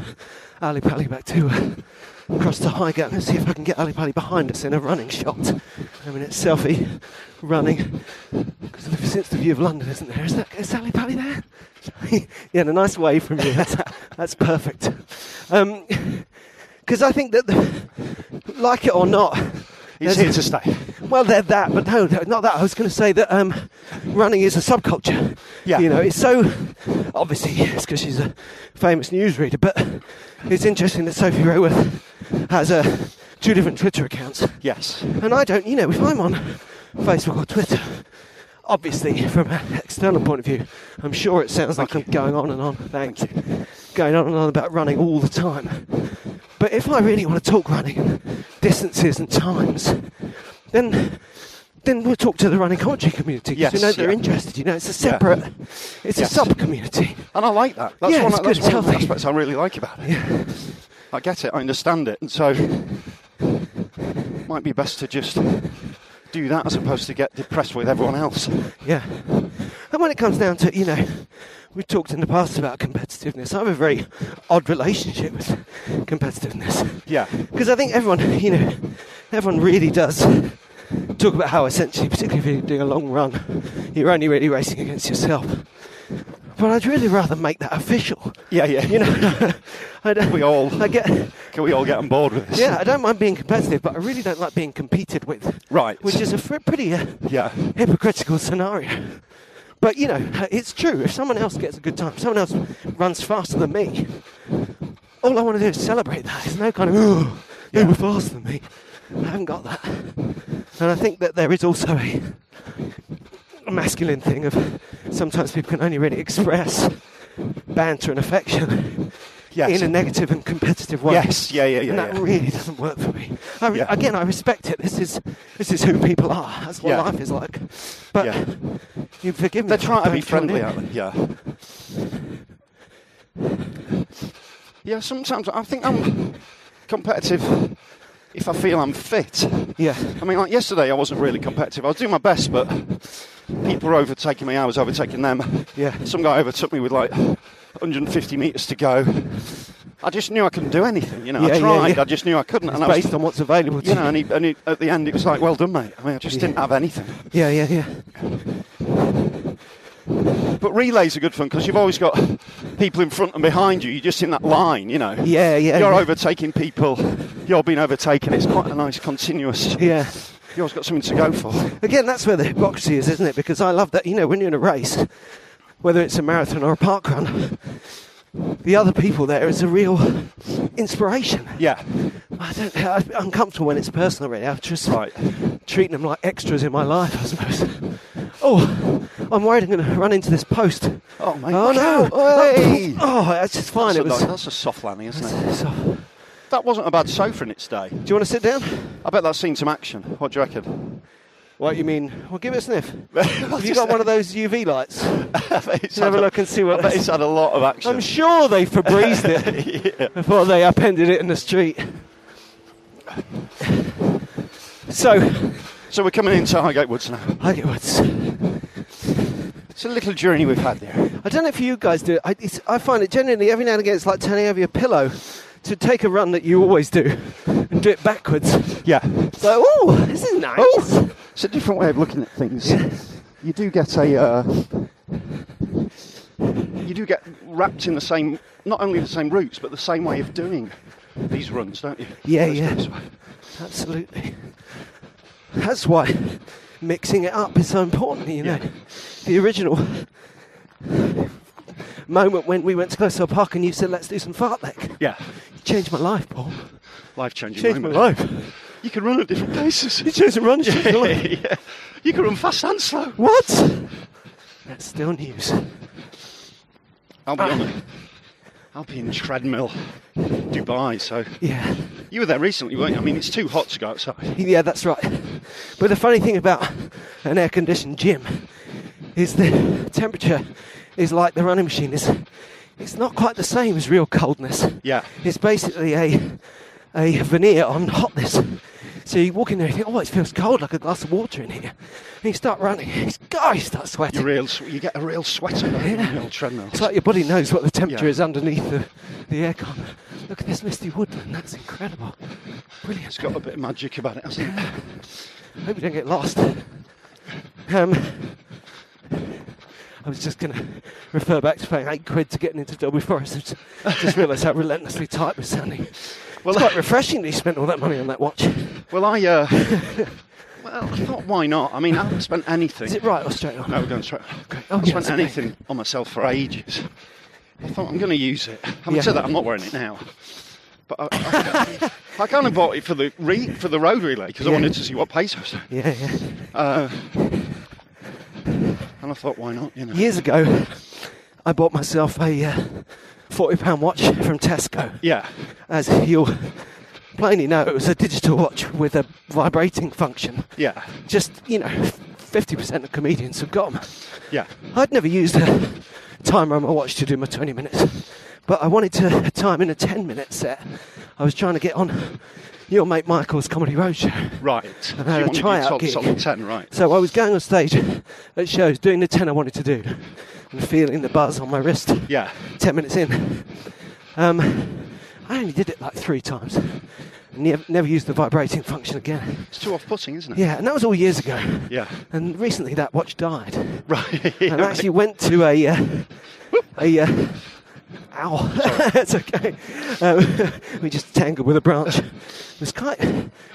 Ali Pali back to uh, across to Highgate. Let's see if I can get Ali Pali behind us in a running shot. I mean, it's selfie running because since the view of London isn't there. Is that is Ali Pali there? yeah, and a nice wave from you. That's, that's perfect. Because I think that, the, like it or not, there's-
it's here to stay.
well, they're that, but no, they're not that. I was going to say that um, running is a subculture.
Yeah.
You know, it's so obviously it's because she's a famous newsreader, but it's interesting that Sophie Raworth has uh, two different Twitter accounts,
Yes.
and I don't. You know, if I'm on Facebook or Twitter, obviously from an external point of view, I'm sure it sounds like I'm going on and on. Thank, you. Going on and on about running all the time. But if I really want to talk running, distances and times, then then we'll talk to the running commentary community. 'cause
Yes,
we know they're
yeah.
interested. You know, it's a separate, it's
Yes.
a sub community.
And I like that. That's
Yeah,
one,
it's
of- that's
good,
one of the
healthy.
aspects I really like about it. I get it. I understand it. And so might be best to just do that as opposed to get depressed with everyone else.
Yeah. And when it comes down to, you know, we've talked in the past about competitiveness. I have a very odd relationship with competitiveness.
Yeah.
Because I think everyone, you know, everyone really does talk about how essentially, particularly if you're doing a long run, you're only really racing against yourself. But I'd really rather make that official.
Yeah, yeah.
You know, I don't,
We all-
I get,
Can we all get on board with this?
yeah, I don't mind being competitive, but I really don't like being competed with.
Right.
Which is a fr- pretty uh,
Yeah.
hypocritical scenario. But you know, it's true. If someone else gets a good time, if someone else runs faster than me, all I want to do is celebrate that. There's no kind of, oh, they
Yeah.
were faster than me. I haven't got that. And I think that there is also a masculine thing of sometimes people can only really express banter and affection
Yes.
in a negative and competitive way.
Yes, yeah, yeah, yeah,
And that
yeah.
really doesn't work for me. I, re-
Yeah.
Again, I respect it. This is this is who people are. That's what
Yeah.
life is like. But
Yeah.
you forgive me.
They're
if I
trying to be
don't join
friendly,
in.
aren't they? Yeah. Yeah, sometimes I think I'm competitive if I feel I'm fit.
Yeah.
I mean, like yesterday, I wasn't really competitive. I was doing my best, but People were overtaking me. I was overtaking them.
Yeah.
Some guy overtook me with like 150 metres to go. I just knew I couldn't do anything. You know,
Yeah,
I
yeah,
tried.
yeah.
I just knew I couldn't.
It's
and I was-
based on what's available to
You know, and, he, and he, at the end it was like, well done, mate. I mean, I just
Yeah.
didn't have anything.
Yeah, yeah, yeah.
But relays are good fun because you've always got people in front and behind you. You're just in that line, you know.
Yeah, yeah,
You're
yeah.
overtaking people. You're being overtaken. It's quite a nice continuous.
Yeah.
You always got something to go for.
Again, that's where the hypocrisy is, isn't it? Because I love that, you know, when you're in a race, whether it's a marathon or a park run, the other people there is a real inspiration.
Yeah.
I don't, I'm uncomfortable when it's personal, really. I'm just
Right.
treating them like extras in my life, I suppose. Oh, I'm worried I'm going to run into this post.
Oh, mate.
Oh, no.
Oh, hey.
Oh, that's just fine.
That's,
it
a,
was.
nice- that's a soft landing, isn't it?
so- do
That wasn't a bad sofa in its day.
you want to sit down?
I bet that's seen some action. What do you reckon?
What you mean? Well, give it a sniff. Have you
Just-
got one of those UV lights?
Let's
have a look and see what
I bet
that's-
it's had a lot of action.
I'm sure they Febrezed it before they upended it in the street. So,
So we're coming into Highgate Woods now.
I get what's.
It's a little journey we've had there.
I don't know if you guys do it. I, it's, I find it genuinely every now and again it's like turning over your pillow to take a run that you always do and do it backwards.
Yeah.
It's like, oh, this is nice.
It's a different way of looking at things. You do get a. Uh, you do get wrapped in the same, not only the same routes, but the same way of doing these runs, don't you?
Yeah,
Let's
yeah.
go this way.
Absolutely. That's why mixing it up is so important, you know.
Yeah.
The original moment when we went to Close Park and you said, let's do some fartlek.
Yeah.
Changed my life, Paul.
Life changing.
Changed my life.
You can run at different paces.
You changed the run, changed my life.
yeah. You can run fast and slow.
What? That's still news.
I'll be on a, I'll be in treadmill, Dubai. So
Yeah.
you were there recently, weren't you? I mean, it's too hot to go outside.
Yeah, that's right. But the funny thing about an air conditioned gym is the temperature is like the running machine is it's not quite the same as real coldness.
Yeah.
It's basically a a veneer on hotness. So you walk in there and you think, oh, it feels cold, like a glass of water in here. And you start running, it's, God, you start
You
sweating.
real, sw- you get a real sweater yeah. on the old treadmill.
It's like your body knows what the temperature
Yeah.
is underneath the, the aircon. Look at this misty woodland, that's incredible. Brilliant.
It's got a bit of magic about it, hasn't it?
Hope you don't get lost. Um, I was just going to refer back to paying eight quid to getting into Derby Forest. and just- just realised how relentlessly tight we're sounding. Well, it's quite refreshing that you spent all that money on that watch.
Well, I, uh, well, I thought, why not? I mean, I haven't spent anything.
Is it right or straight on?
No, we're going straight. Okay. I
Oh,
haven't
yeah,
spent
it's okay.
anything on myself for ages. I thought I'm going to use it. Having
Yeah.
said that, I'm not wearing it now. But I, I, can't- I kind of bought it for the re, for the road relay because I
Yeah.
wanted to see what pace I was. doing.
Yeah, yeah.
Uh, and I thought, why not? You know.
Years ago, I bought myself a uh, £40 watch from Tesco.
Yeah.
As you'll plainly know, it was a digital watch with a vibrating function.
Yeah.
Just, you know, 50% of comedians have got 'em.
Yeah.
I'd never used a timer on my watch to do my 20 minutes, but I wanted to time in a 10 minute set. I was trying to get on your mate Michael's Comedy Roadshow.
Right.
And
So
I had
you want
a
to do
tryout
top-
gig.
solid 10, right.
So I was going on stage at shows doing the 10 I wanted to do and feeling the buzz on my wrist.
Yeah.
10 minutes in. Um, I only did it like three times. Never, never used the vibrating function again.
It's too off-putting, isn't it?
Yeah, and that was all years ago.
Yeah.
And recently that watch died.
Right.
and I actually went to a uh, a uh, ow that's okay um, we just tangled with a branch it was quite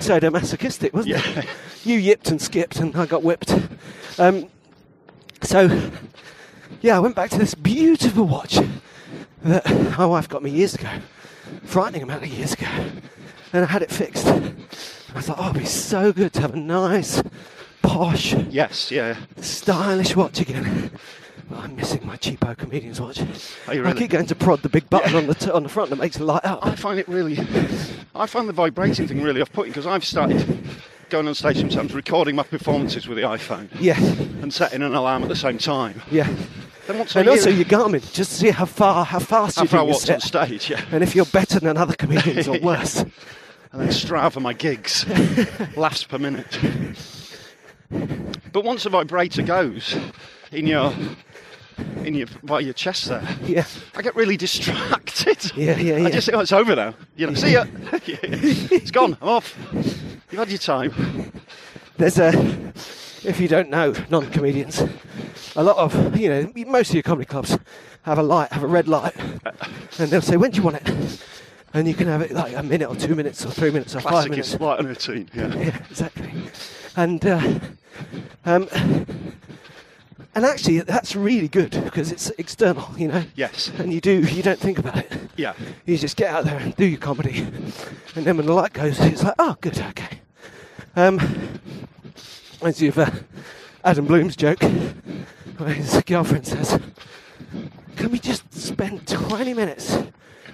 sadomasochistic wasn't
Yeah.
it you yipped and skipped and I got whipped um, so yeah I went back to this beautiful watch that my wife got me years ago frightening amount of years ago and I had it fixed I thought oh it'd be so good to have a nice posh
Yes. Yeah.
stylish watch again. But I'm missing my cheapo comedian's watch.
Are you
I
really?
keep going to prod the big button
Yeah.
on the t- on the front that makes it light up.
I find it really, I find the vibrating thing really off-putting because I've started going on stage sometimes recording my performances with the iPhone
yeah,
and setting an alarm at the same time.
yeah.
Then once I
And
hear
also
it-
your Garmin, just to see how far how fast
how
you
far I
do your
walked on
set,
stage, yeah,
and if you're better than other comedians or
Yeah.
worse.
and then Strava my gigs, laughs per minute. But once the vibrator goes in your in your by your chest there,
Yeah.
I get really distracted.
Yeah, yeah, yeah.
I just think, oh, it's over now. You know, see ya. it's gone. I'm off. You've had your time.
There's a, if you don't know, non-comedians, a lot of you know most of your comedy clubs have a light, have a red light, and they'll say when do you want it, and you can have it like a minute or two minutes or three minutes or five
Classic
minutes.
is light on routine. Yeah.
Yeah, exactly. And uh, um, and actually, that's really good because it's external, you know.
Yes.
And you do, you don't think about it.
Yeah.
You just get out there and do your comedy, and then when the light goes, it's like, oh, good, okay. Um, as you've uh, Adam Bloom's joke, where his girlfriend says, "Can we just spend 20 minutes?"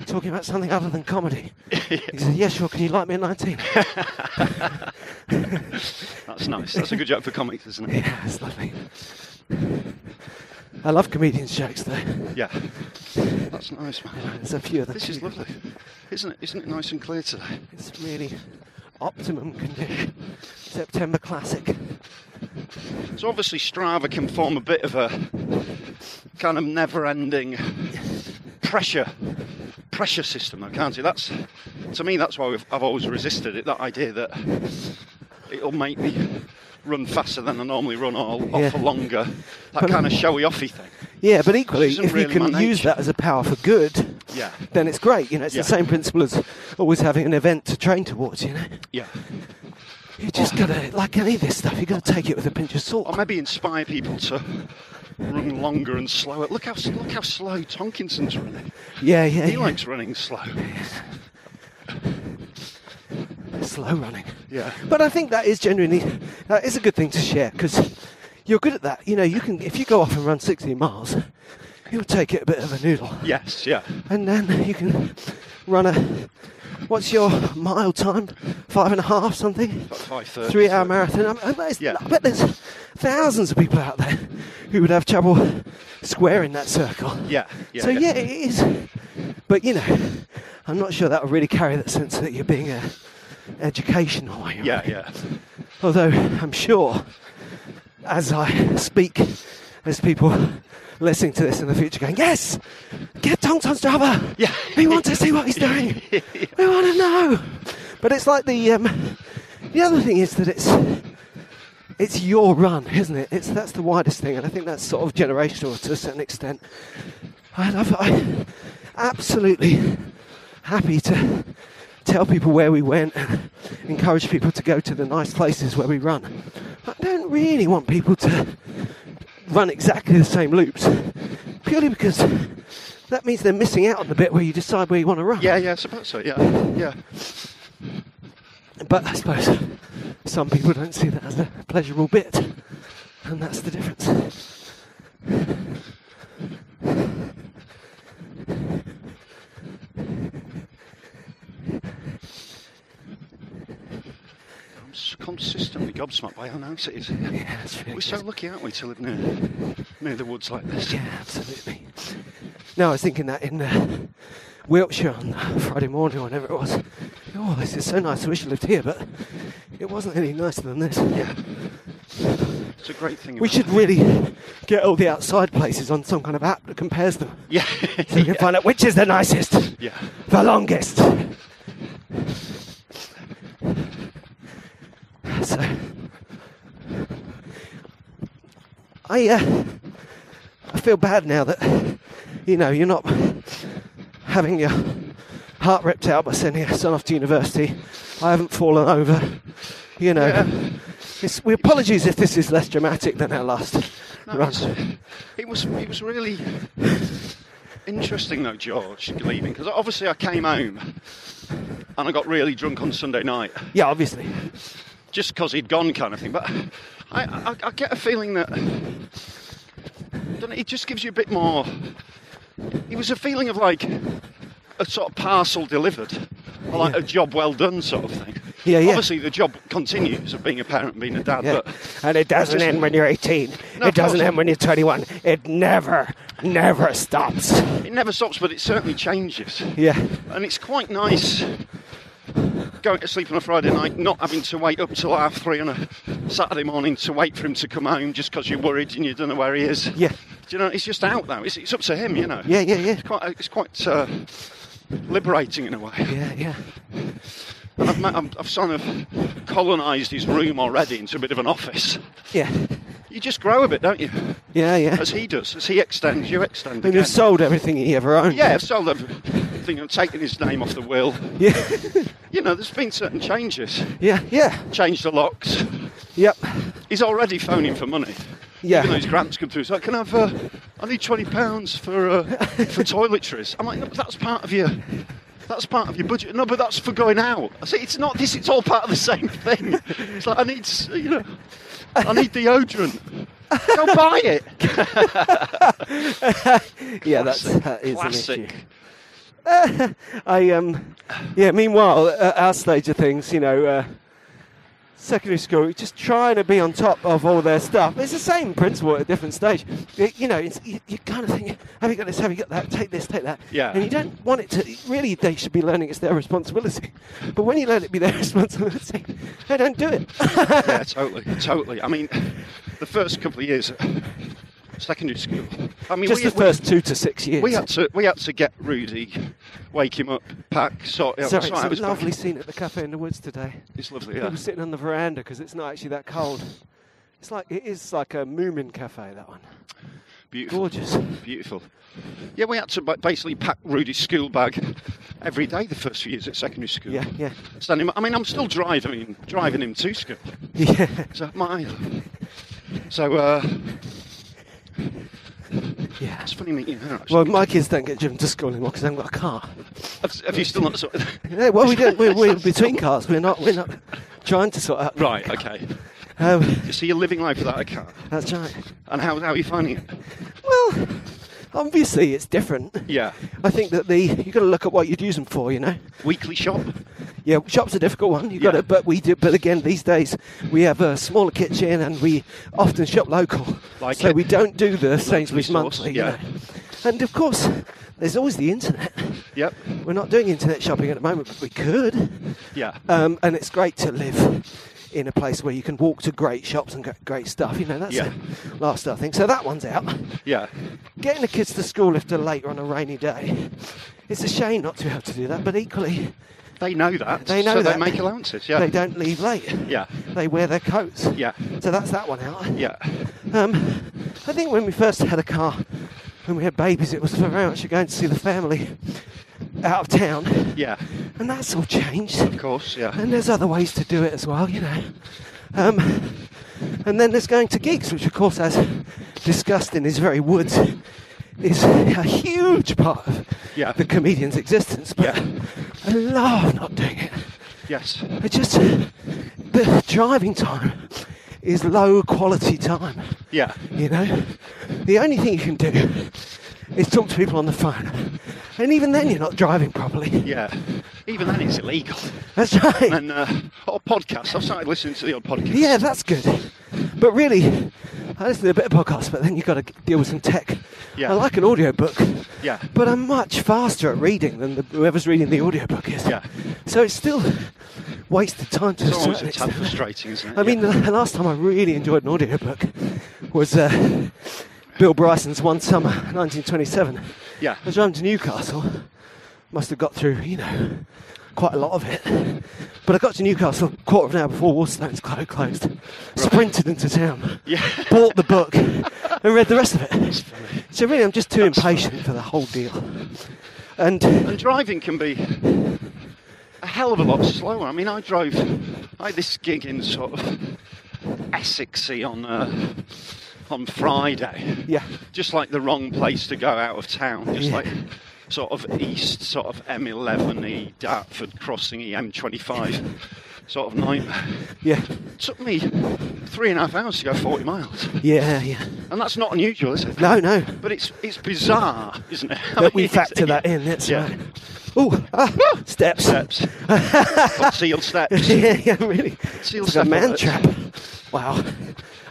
Talking about something other than comedy. He says, Yeah, sure, can you light me at 19?
That's nice. That's a good joke for comics, isn't it?
Yeah, it's lovely. I love comedians' jokes, though.
Yeah. That's nice, man.
There's a few of them.
This is lovely, isn't it? Isn't it nice and clear today?
It's really optimum condition. September classic.
So obviously Strava can form a bit of a kind of never-ending pressure pressure system, though, can't it? That's to me that's why we've, I've always resisted it. That idea that it'll make me run faster than I normally run, or I'll
Yeah.
offer longer. That
But-
kind of showy-offy thing.
Yeah, but equally,
Which isn't
if
really
you can
my
use
nature.
that as a power for good,
Yeah.
then it's great. You know, it's
Yeah.
the same principle as always having an event to train towards. You know,
Yeah.
you
Oh.
just gotta like any of this stuff. You gotta take it with a pinch of salt.
Or maybe inspire people to run longer and slower. Look how look how slow Tonkinson's running.
yeah, yeah,
He
yeah.
likes running slow.
slow running.
Yeah.
But I think that is genuinely that is a good thing to share because you're good at that. You know, you can if you go off and run 60 miles, you'll take it a bit of a noodle,
Yes. Yeah.
and then you can run a what's your mile time? Five and a half something.
Five thirty.
Three-hour marathon. I, I, bet it's-
Yeah.
I bet there's thousands of people out there who would have trouble squaring that circle.
Yeah, yeah,
so
yeah.
yeah, it is. But you know, I'm not sure that will really carry that sense that you're being uh, educational. while you're
Yeah.
running.
Yeah.
Although I'm sure, as I speak, there's people listening to this in the future going, "Yes, get Tonks on Strava.
Yeah.
we want to see what he's doing. We want to know." But it's like the um, the other thing is that it's it's your run, isn't it? It's that's the widest thing, and I think that's sort of generational to a certain extent. And I've, I'm absolutely happy to tell people where we went and encourage people to go to the nice places where we run. I don't really want people to run exactly the same loops, purely because that means they're missing out on the bit where you decide where you want to run.
Yeah, yeah, I suppose so. Yeah, yeah,
But I suppose some people don't see that as a pleasurable bit, and that's the difference.
I'm s- consistently gobsmacked by how nice it is.
Yeah, it's really
We're so
good.
lucky, aren't we, to live near near the woods like this?
Yeah, absolutely. No, I was thinking that in uh, Wiltshire on Friday morning or whenever it was. Oh, this is so nice. I wish I lived here, but it wasn't any nicer than this. Yeah.
It's a great thing.
We
about
should
it.
really get all the outside places on some kind of app that compares them.
Yeah,
So we can find out which is the nicest,
yeah.
the longest. So, I, uh, I feel bad now that, you know, you're not having your heart ripped out by sending your son off to university. I haven't fallen over, you know. It's, we apologies if this is less dramatic than our last
No,
run.
it's- it was it was really interesting though, George leaving because obviously I came home and I got really drunk on Sunday night
Yeah, obviously.
just because he'd gone, kind of thing. But I, I, I get a feeling that don't know, it just gives you a bit more. It was a feeling of like a sort of parcel delivered, or like a job well done sort of thing.
Yeah, yeah.
Obviously, the job continues of being a parent, and being a dad,
Yeah.
but
And it doesn't
just-
end when you're 18.
No,
it
of course.
doesn't end when you're 21. It never, never stops.
it never stops. But it certainly changes,
Yeah.
and it's quite nice going to sleep on a Friday night, not having to wait up till half three on a Saturday morning to wait for him to come home just because you're worried and you don't know where he is.
Yeah.
Do you know, it's just out now. It's, it's up to him, you know.
Yeah, yeah, yeah.
It's quite, it's quite uh, liberating in a way.
Yeah, yeah.
And I've, ma- I've, I've sort of colonised his room already into a bit of an office.
Yeah.
You just grow a bit, don't you?
Yeah, yeah.
As he does, as he extends, you extend.
And
again.
you've sold everything he ever owned.
Yeah, I've sold everything. I'm taking his name off the will.
Yeah.
You know, there's been certain changes.
Yeah, yeah.
Changed the locks.
Yep.
He's already phoning for money.
Yeah.
Even though his grants come through. So can I have, uh, I need twenty pounds for uh, for toiletries. I'm like, no, but that's part of your, that's part of your budget. No, but that's for going out. I say it's not this. It's all part of the same thing. It's like I need, s- you know, I need deodorant. Go buy it.
Yeah, that's,
Classic.
that is
Classic.
an issue. I um, yeah. Meanwhile, at our stage of things, you know, uh, secondary school, you're just trying to be on top of all their stuff. It's the same principle at a different stage. You, you know, it's, you, you kind of think, have you got this? Have you got that? Take this, take that.
Yeah.
And you don't want it to. Really, they should be learning it's their responsibility. But when you let it be their responsibility, they don't do it.
yeah, totally, totally. I mean, the first couple of years at secondary school. I mean,
just
we,
the first two to six years.
we, we had to we had to get Rudy, wake him up, pack, sort him.
Sorry, it's a lovely scene at the cafe in the woods today.
It's lovely.
People
Yeah.
sitting on the veranda because it's not actually that cold. It's like it is like a Moomin cafe. That one,
Beautiful.
gorgeous.
Beautiful. Yeah, we had to ba- basically pack Rudy's school bag every day the first few years at secondary school.
Yeah, yeah,
Standing, I mean, I'm still driving driving him to school.
yeah.
So my, so uh,
yeah.
it's funny meeting her. Actually.
Well, my kids don't get driven to school anymore because they haven't got a car.
have, have you still not sort of,
Yeah, well, we don't. We're, we're between cars. We're not. We're not trying to sort out.
right? Okay.
Um,
So you're living life without a car,
that's right.
and how how are you finding it?
Well, obviously it's different.
Yeah.
I think that the you've got to look at what you'd use them for. You know.
Weekly shop.
Yeah, shop's a difficult one. You have
Yeah.
got to, but we do. But again, these days we have a smaller kitchen and we often shop local,
Like
so
it.
we don't do the Sainsbury's
sourced,
monthly. you
yeah.
know. And of course, there's always the internet.
Yep.
We're not doing internet shopping at the moment, but we could.
Yeah.
Um, and it's great to live in a place where you can walk to great shops and get great stuff. You know, that's
Yeah.
the lifestyle thing. So that one's out.
yeah.
Getting the kids to school if they're later on a rainy day. It's a shame not to have to do that, but equally,
They know that.
They know
so
that.
they make allowances. Yeah.
they don't leave late.
Yeah.
They wear their coats.
Yeah.
So that's that one out.
Yeah.
Um, I think when we first had a car, when we had babies, it was very much going to see the family out of town.
Yeah.
And that's all changed.
Of course. Yeah.
And there's other ways to do it as well, you know. Um, and then there's going to gigs, which of course, as discussed in his very woods, is a huge part of
Yeah.
the comedian's existence. But
Yeah.
I love not doing it.
Yes.
I just the driving time is low quality time.
Yeah.
You know, the only thing you can do is talk to people on the phone, and even then you're not driving properly.
Yeah. Even then, it's illegal.
That's right.
And uh, or podcasts. I've started listening to the odd podcast.
Yeah, that's good. But really, I listen to a bit of podcasts, but then you've got to deal with some tech.
Yeah.
I like an audiobook.
Yeah.
But I'm much faster at reading than the, whoever's reading the audiobook is.
Yeah.
So it's still wasted time to a
It's always
certain
a tad
extent.
frustrating, isn't it?
I mean,
Yeah.
the last time I really enjoyed an audiobook was uh, Bill Bryson's One Summer, 1927.
Yeah.
I was driving to Newcastle. Must have got through, you know, quite a lot of it. But I got to Newcastle a quarter of an hour before Waterstones clo- closed. Sprinted into town.
Yeah.
Bought the book and read the rest of it. So really, I'm just too impatient for the whole deal. And
And driving can be a hell of a lot slower. I mean, I drove, I had this gig in sort of Essexy on uh, on Friday.
Yeah.
Just like the wrong place to go out of town. Just
Yeah.
like sort of east, sort of M11, E Dartford crossing, E M25. Sort of nightmare.
yeah,
took me three and a half hours to go 40 miles.
yeah, yeah.
And that's not unusual, is it?
No, no.
But it's it's bizarre, isn't it? I
But we
mean, it's-
factor that in. That's
yeah.
right. Oh, ah, steps.
Steps. Got sealed steps.
yeah, yeah, really.
Seal
it's like a man
separate.
trap. Wow,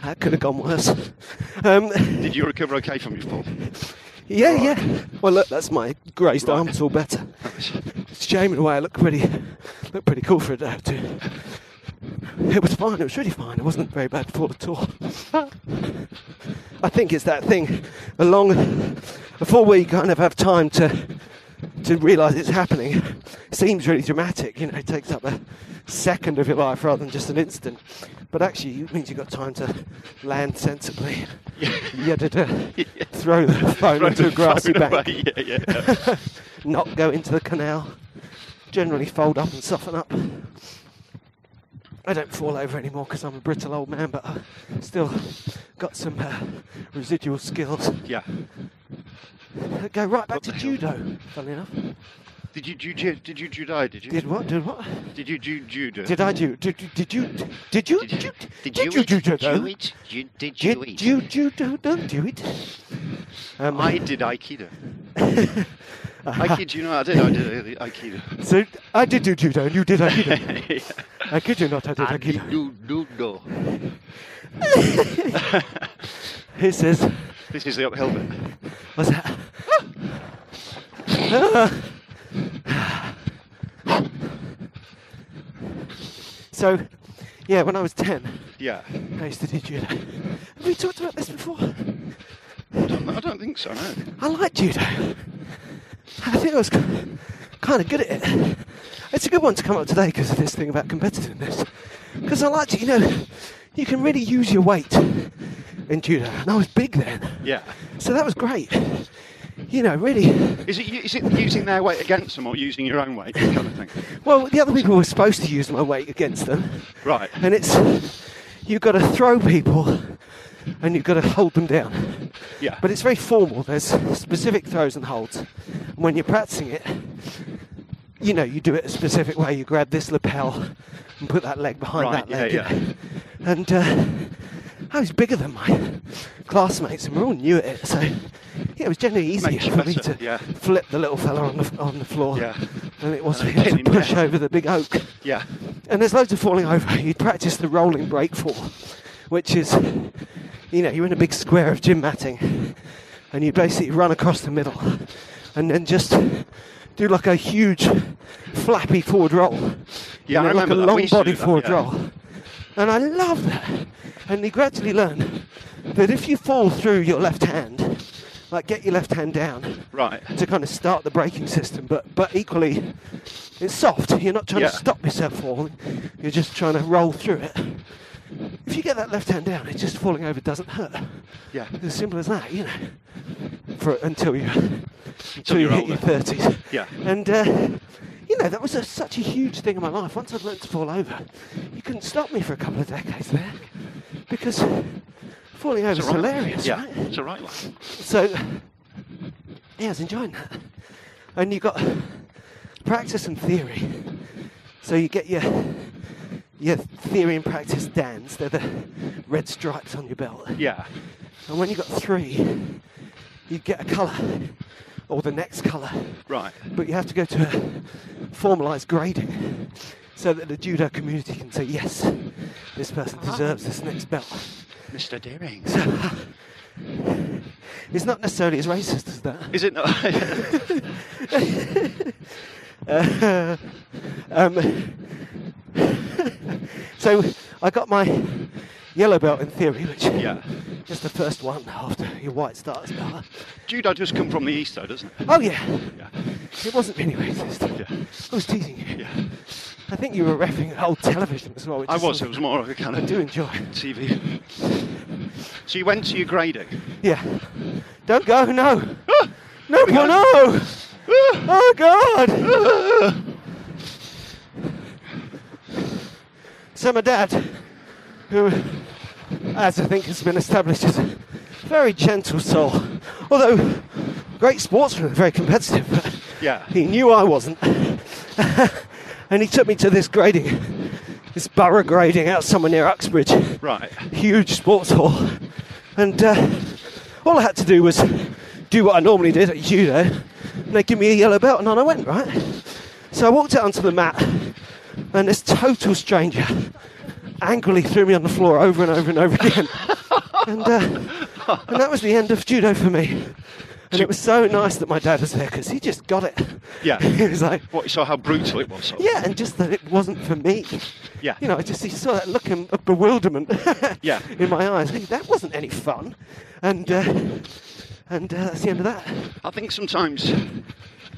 that could have gone worse. Um,
Did you recover okay from your fall?
yeah,
Right.
yeah. Well, look, that's my grazed
Right.
arm. It's all better. It's shaming away. I look pretty looked pretty cool for a day or two. It was fine, it was really fine. It wasn't very bad fall at all. I think it's that thing along a full week kind of have time to to realise it's happening. seems really dramatic, you know, it takes up a second of your life rather than just an instant. But actually it means you've got time to land sensibly. Yeah, da, da. Throw the phone
Throw
into
the
a grassy
phone
bank.
away, yeah, yeah.
Not go into the canal. Generally fold up and soften up. I don't fall over anymore because I'm a brittle old man, but I've still got some uh, residual skills.
Yeah.
Go right back to judo, funnily enough.
Did you, did you did you judo? Did you
Did what? Did what?
Did you do judo?
Did I do? Did, did, did you? Did you? Did you? Did you?
it?
judo?
Do it? You- did you it?
Did you judo? Don't do it. Um,
I did Aikido. Aikido, you know, I did. I did Aikido.
So I did do judo, and you did aikido. I kid you not, I did
I
aikido.
did do judo.
He says,
This is the uphill bit.
"What's that?" so, yeah, when I was ten,
Yeah.
I used to do judo. Have we talked about this before?
I don't, I don't think so. No.
I like judo. I think I was kind of good at it. It's a good one to come up today because of this thing about competitiveness. Because I liked it, you know, you can really use your weight in judo. And I was big then.
Yeah.
So that was great. You know, really.
Is it is it using their weight against them or using your own weight kind of thing?
Well, the other people were supposed to use my weight against them.
Right.
And it's. You've got to throw people and you've got to hold them down.
Yeah.
But it's very formal. There's specific throws and holds. And when you're practicing it, you know, you do it a specific way. You grab this lapel and put that leg behind
Right,
that leg.
yeah,
you know. And uh, I was bigger than my classmates, and we're all new at it, so yeah, it was generally easier
Makes you
for me
better,
to
yeah.
flip the little fella on the, on the floor
Yeah.
than it was for
And
him
pin
to
him
push
down.
over the big oak.
Yeah.
And there's loads of falling over. You practice the rolling break fall, which is, you know, you're in a big square of gym matting, and you basically run across the middle, and then just do like a huge flappy forward roll.
Yeah,
you know,
I
like a
remember that. We
long
used to
body
do that,
forward
yeah.
roll. And I love that. And you gradually learn that if you fall through your left hand, like get your left hand down,
Right.
to kind of start the braking system, but but equally, it's soft. You're not trying
Yeah.
to stop yourself falling. You're just trying to roll through it. If you get that left hand down, it just falling over doesn't hurt.
Yeah.
It's as simple as that, you know. For until you until you
you're
hit your
older.
thirties.
Yeah.
And uh, you know that was a, such a huge thing in my life. Once I'd learnt to fall over, you couldn't stop me for a couple of decades there, because falling over is
right.
hilarious,
Yeah.
right?
It's all right. Like.
So, yeah, I was enjoying that. And you've got practice and theory. So you get your your theory and practice dance. They're the red stripes on your belt.
Yeah.
And when you've got three, you get a colour or the next colour.
Right.
But you have to go to a formalised grading so that the judo community can say, yes, this person deserves this next belt.
Mr. Deering.
It's not necessarily as racist as that.
Is it not?
Uh, um, so I got my yellow belt in theory, which
Yeah.
is the first one after your white starts belt.
Judo does come from the east, though, doesn't it?
Oh yeah,
Yeah.
it wasn't really racist.
Yeah.
I was teasing you.
Yeah.
I think you were referencing old television as well. Which
I
is
was. It
something
was more of a kind
I
of
do enjoy.
TV. So you went to your grading.
Yeah. Don't go. No. no. No. No. oh God. So my dad, who, as I think has been established, is a very gentle soul, although great sportsman and very competitive. But
Yeah.
He knew I wasn't, and he took me to this grading, this borough grading out somewhere near Uxbridge.
Right.
Huge sports hall, and uh, all I had to do was do what I normally did at judo, and they give me a yellow belt, and on I went. Right. So I walked out onto the mat, and this total stranger angrily threw me on the floor over and over and over again. and, uh, and that was the end of judo for me. And it was so nice that my dad was there because he just got it.
Yeah.
he was like,
What, you saw how brutal it was? sort of?
yeah, and just that it wasn't for me.
Yeah.
You know, I just he saw that look in- of bewilderment
Yeah.
in my eyes. Hey, that wasn't any fun. And uh, and uh, that's the end of that.
I think sometimes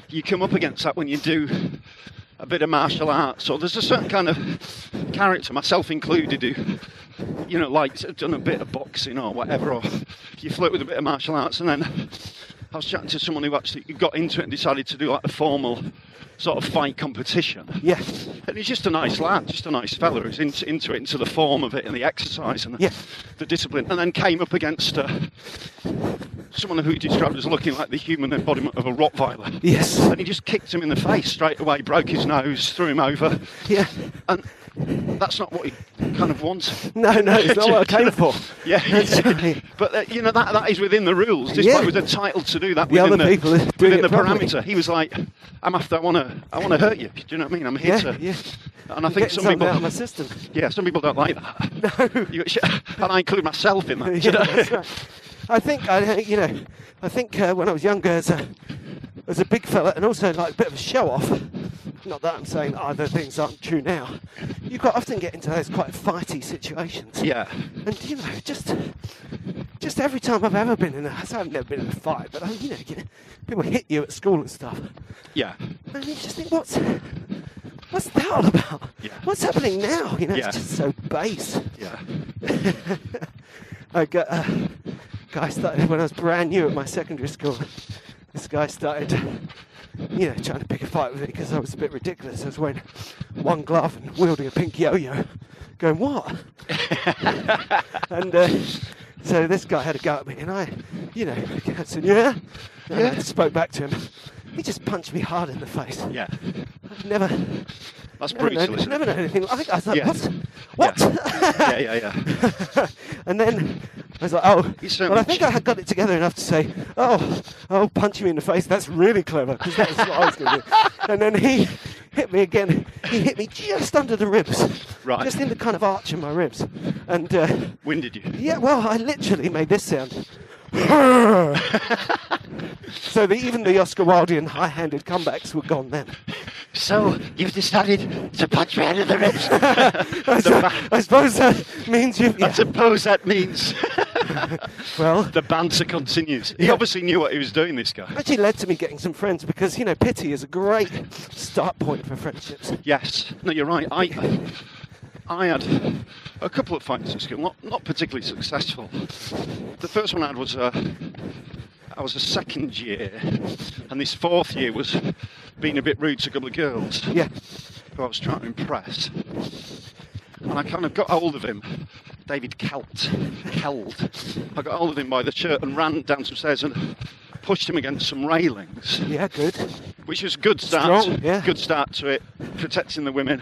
you come up against that when you do a bit of martial arts. So there's a certain kind of character, myself included, who, you know, like done a bit of boxing or whatever, or you flirt with a bit of martial arts. And then I was chatting to someone who actually got into it and decided to do like a formal sort of fight competition.
Yeah.
And he's just a nice lad, just a nice fella who's into, into it, into the form of it and the exercise and the,
Yeah.
the discipline. And then came up against uh, someone who he described as looking like the human embodiment of a Rottweiler.
Yes.
And he just kicked him in the face straight away, broke his nose, threw him over.
Yeah.
And that's not what he kind of wanted.
No, no, it's not what I came for.
Yeah,
Exactly.
but uh, you know that that is within the rules. This
Yeah.
bloke was entitled to do that
The
within
other
the,
people are doing
within
it
the
properly.
parameter. He was like, "I'm after. I want to. I want to hurt you. Do you know what I mean? I'm here
Yeah,
to."
yeah.
And I
I'm
think
getting
some
something
people,
out of my system.
yeah, some people don't like that. No, you, and I include myself in that. do
Yeah,
you know?
that's right. I think I, uh, you know, I think uh, when I was younger, as a as a big fella, and also like a bit of a show off. Not that I'm saying either things aren't true now. You quite often get into those quite fighty situations.
Yeah.
And you know, just just every time I've ever been in a, I've never been in a fight, but I, you know, you- people hit you at school and stuff,
Yeah,
and you just think, what's what's that all about?
Yeah.
What's happening now? You know,
Yeah.
it's just so base.
yeah,
I got a guy started when I was brand new at my secondary school. This guy started, you know, trying to pick a fight with me because I was a bit ridiculous. I was wearing one glove and wielding a pink yo-yo, going what? and uh, so this guy had a go at me, and I, you know, I said yeah, and I
Yeah.
spoke back to him. He just punched me hard in the face.
yeah.
I've never,
That's
never,
brutal,
known,
isn't
never
it?
known anything like that. I was like,
Yeah.
what? What?
yeah, yeah, yeah.
and then I was like, oh,
You
well,
certainly
I think I had got it together enough to say, oh, oh, punch me in the face. That's really clever because that's what I was going to do. And then he hit me again. He hit me just under the ribs,
Right.
just in the kind of arch of my ribs. And uh,
Winded you.
yeah, well, I literally made this sound. so the, even the Oscar Wildean high-handed comebacks were gone then.
So you've decided to punch me out of the ribs.
I, su- I suppose that means you've.
I suppose that means
well,
the banter continues. He
Yeah.
obviously knew what he was doing. This guy.
actually led to me getting some friends because you know pity is a great start point for friendships.
Yes. No, you're right. I I had a couple of fights in school, not, not particularly successful. The first one I had was a, I was a second year, and this fourth year was being a bit rude to a couple of girls
Yeah,
who I was trying to impress. And I kind of got hold of him, David Kelt, held. I got hold of him by the shirt and ran down some stairs and pushed him against some railings
yeah, good.
which was a good start.
Strong, yeah.
Good start to it, protecting the women.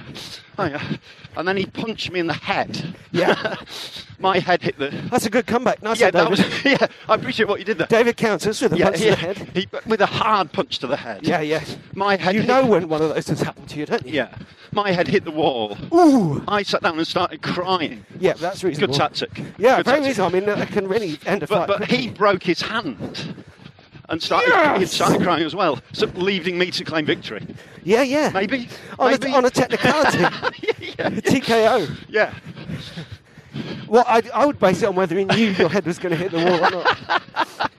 Oh, yeah. And then he punched me in the head.
Yeah.
My head hit the.
That's a good comeback. Nice
yeah,
one, David.
that was. Yeah, I appreciate what you did there.
David counts us with a
yeah,
punch
yeah.
to the head.
He, with a hard punch to the head.
Yeah, yeah.
My head.
You
hit-
know when one of those has happened to you, don't you?
Yeah. My head hit the wall.
Ooh.
I sat down and started crying.
Yeah, that's reasonable.
Good tactic.
Yeah,
Good
very
tactic.
reasonable. I mean, I can really end a
But,
fight.
but
quickly.
he broke his hand. And started, he
Yes!
started crying as well, so leaving me to claim victory.
yeah, yeah.
Maybe.
On,
maybe.
A, on a technicality.
yeah,
TKO.
yeah.
Well, I, I would base it on whether he knew your head was going to hit the wall or not.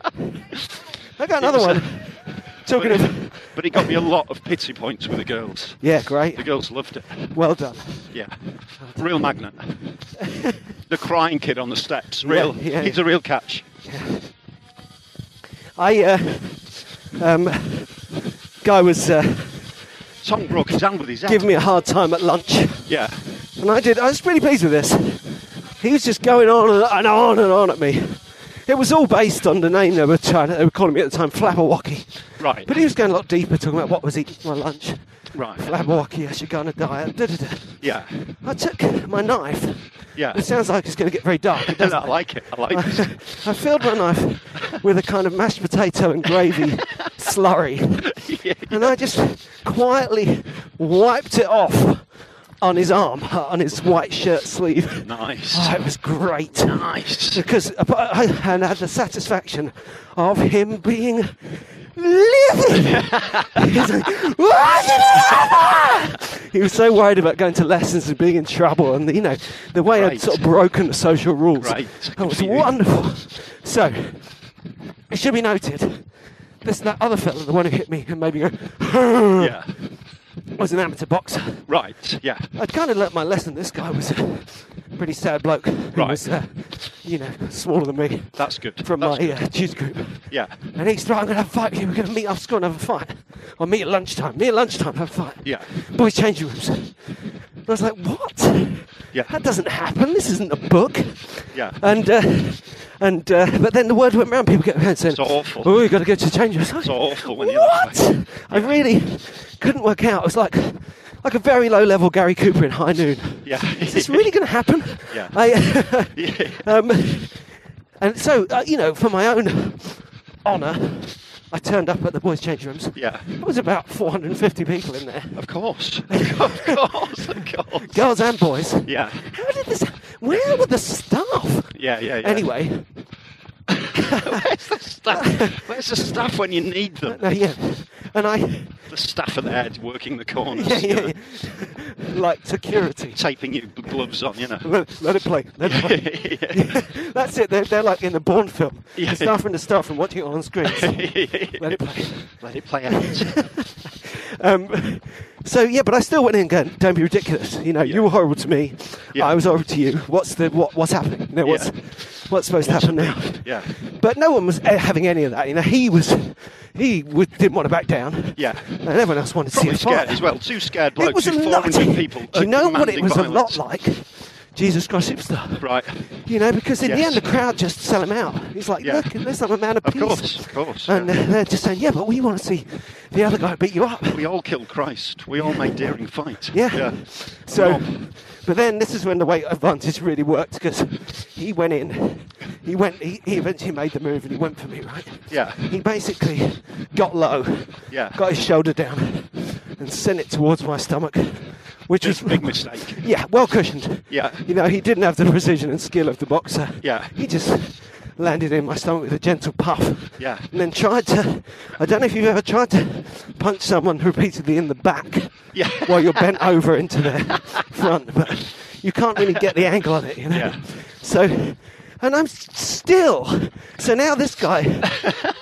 I got another
was
one. Talking
But,
of.
but it got me a lot of pity points with the girls.
Yeah,
The
great.
girls loved it.
Well done.
Yeah. Real magnet. the crying kid on the steps. Real.
Yeah, yeah.
He's a real catch.
I, uh, um, guy was uh,
Tom broke his hand with his head.
giving me a hard time at lunch.
Yeah.
And I did. I was really pleased with this. He was just going on and, and on and on at me. It was all based on the name they were trying. They were calling me at the time Flabberwocky.
Right.
But he was going a lot deeper, talking about what was eating for my lunch.
Right.
Flabberwocky, Ashigana diet. Da, da, da.
Yeah.
I took my knife.
Yeah.
It sounds like it's going to get very dark. It
I
doesn't.
like it. I like it.
I, I filled my knife with a kind of mashed potato and gravy slurry. And I just quietly wiped it off on his arm, on his white shirt sleeve.
Nice.
Oh, it was great.
Nice.
Because I, I, and I had the satisfaction of him being livid. He's like, "What did it happen?" he was so worried about going to lessons and being in trouble, and you know the way I'd
Great.
sort of broken the social rules.
Great.
That was
Completely.
wonderful. So it should be noted. This that other fella, the one who hit me and made me go,
Yeah.
was an amateur boxer.
Right. Yeah.
I'd kind of learnt my lesson. This guy was a pretty sad bloke. He
Right.
was, uh, you know, smaller than me.
That's good.
From
That's
my
good.
uh, juice group.
Yeah.
And he's right, I'm going to have a fight. We're going to meet after school and have a fight. Or meet at lunchtime. Meet at lunchtime, have a fight.
Yeah.
Boys change rooms. And I was like, what?
Yeah.
That doesn't happen. This isn't a book.
Yeah.
And, uh, and uh, but then the word went round. People kept saying,
It's awful.
Oh, you've got to go to the change rooms. It's
awful when you're
What?
that way.
I really couldn't work out. It was like, like a very low level Gary Cooper in High Noon.
Yeah.
Is this really going to happen?
Yeah.
I,
Yeah.
um, and so, uh, you know, for my own honour, I turned up at the boys' change rooms.
Yeah.
There was about 450 people in there,
Of course. of course. Of course.
girls and boys.
Yeah.
How did this? Where were the staff?
Yeah. Yeah. yeah.
Anyway,
Where's the staff? Where's the staff when you need them?
no, uh, yeah, and I,
The staff are there working the corners,
yeah,
you know,
yeah, yeah. like security.
taping your gloves on, you know.
Let, let it play. Let it play. That's it. They're, they're like in the Bourne film.
Yeah.
The staff and the staff and watching it on screen. let it play.
Let it play out.
Um, so yeah, but I still went in going, "Don't be ridiculous." You know, you were horrible to me.
Yeah.
I was horrible to you. What's the what? What's happening? You know, what's
Yeah.
what's supposed to happen now?
Yeah.
But no one was eh, having any of that. You know, he was he w- didn't want to back down.
Yeah.
and everyone else wanted
Probably
to see a
scared
fight.
as well. Two scared
It
blokes,
was
two
a lot.
400 people.
Do you know what it
commanding
was
violence.
a lot like? Jesus Christ Superstar.
Right.
You know, because in the
Yes.
end, the crowd just sell him out. He's like,
Yeah.
look, there's some amount of
Of
peace.
course, of course,
And uh,
yeah.
they're- they're just saying, yeah, but we want to see the other guy beat you up.
We all killed Christ. We all made daring fight.
Yeah. So,
Come
but then this is when the weight advantage really worked because he went in. He went. He, he eventually made the move and he went for me, right?
Yeah.
He basically got low.
Yeah.
Got his shoulder down and sent it towards my stomach, which
Big-
was
big mistake.
Yeah, well cushioned.
Yeah.
You know, he didn't have the precision and skill of the boxer.
Yeah.
He just landed in my stomach with a gentle puff.
Yeah.
And then tried to. I don't know if you've ever tried to punch someone repeatedly in the back
Yeah.
while you're bent over into the front, but you can't really get the angle on it, you know.
Yeah.
So, and I'm s- still. So now this guy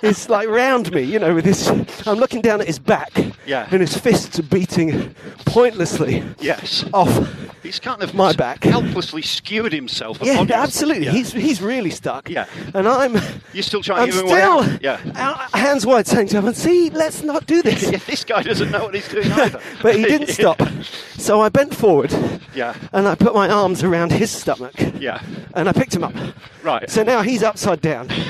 is like round me, you know, with his. I'm looking down at his back.
Yeah.
And his fists are beating pointlessly.
Yes.
Off.
He's kind of
My back.
helplessly skewered himself.
Yeah,
upon you.
absolutely.
Yeah.
He's he's really stuck.
Yeah.
And I'm.
You're still trying
I'm
to give him a way out.
still.
Yeah.
out- hands wide, saying to everyone, "See, let's not do this."
yeah, this guy doesn't know what he's doing either.
but he didn't stop. So I bent forward.
Yeah.
And I put my arms around his stomach.
Yeah.
And I picked him up.
Right.
So now he's upside down. and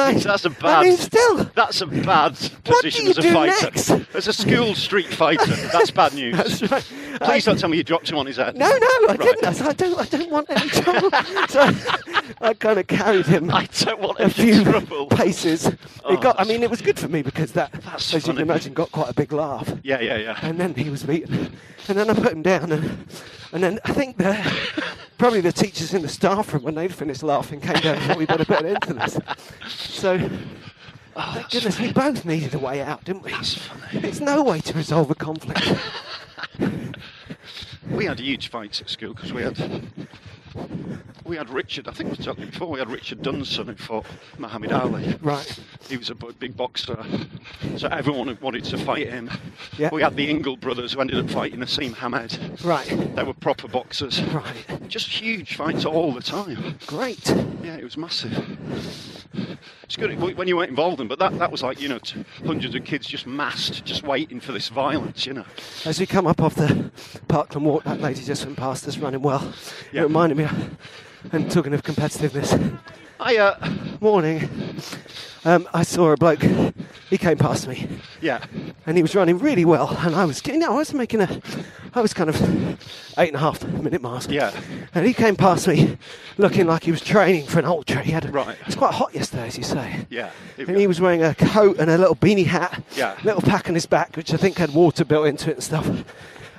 I.
That's a bad.
I mean, still.
That's a bad
What do
position
you
as a
do
fighter.
next?
As a school street fighter, that's bad news.
That's right.
Please
I-
don't tell me you dropped him on his head.
No, no, I
Right.
didn't. I, said, I don't. I don't want any trouble. so I kind of carried him.
I don't want
a
any
few
trouble.
paces.
Oh,
it got. I
that's
mean, it was good for me because that,
That's
as you can
funny.
imagine, got quite a big laugh.
Yeah, yeah, yeah.
And then he was beaten. And then I put him down. And, and then I think the, probably the teachers in the staff room, when they'd finished laughing, came down and thought we better put an end to this. So, thank goodness, we both needed a way out, didn't we?
Oh, That's funny.
It's no way to resolve a conflict.
We had huge fights at school because we had we had Richard. I think we talked before. We had Richard Dunson who fought Muhammad Ali.
right.
He was a b- big boxer, so everyone wanted to fight him.
Yeah.
We had the Ingle brothers who ended up fighting Asim Hamed.
Right.
They were proper boxers.
Right.
Just huge fights all the time.
Great.
Yeah, it was massive. It's good w- when you weren't involved in, but that, that was like, you know, t- hundreds of kids just massed, just waiting for this violence, you know.
As we come up off the Parkland Walk, that lady just went past us running well.
Yeah.
It reminded me, of- and talking of competitiveness,
I, uh,
morning, um, I saw a bloke He came past me.
Yeah.
And he was running really well, and I was getting, I was making a, I was kind of eight and a half minute miles.
Yeah.
And he came past me, looking like he was training for an ultra. He had a,
Right.
It's quite hot yesterday, as you say.
Yeah.
And he was wearing a coat and a little beanie hat.
Yeah.
Little pack on his back, which I think had water built into it and stuff.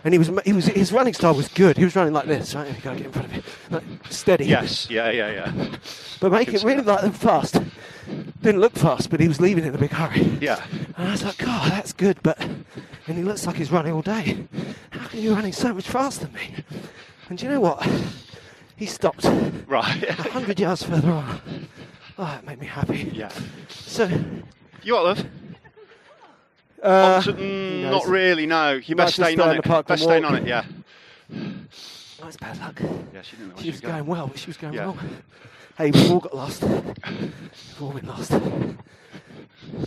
And he was, he was, his running style was good. He was running like this, right? You gotta get in front of it, like steady.
Yes. Yeah. Yeah. Yeah.
But make
Can
it
see
really like them fast. Didn't look fast, but he was leaving in a big hurry.
Yeah.
And I was like, God, that's good, but. And he looks like he's running all day. How can you be running so much faster than me? And do you know what? He stopped a
Right.
100 yards further on. Oh, it made me happy.
yeah.
So,
You what, love?
uh,
So, mm,
knows
not
it.
really. No. You
Might
best
just
staying
stay
on
in
it.
the park and
Best staying
walk.
on it. Yeah.
that was bad luck.
Yeah. She didn't know. where
She was
going.
going well, but she was going
Yeah.
wrong. Hey, we've all got lost. We've all been lost.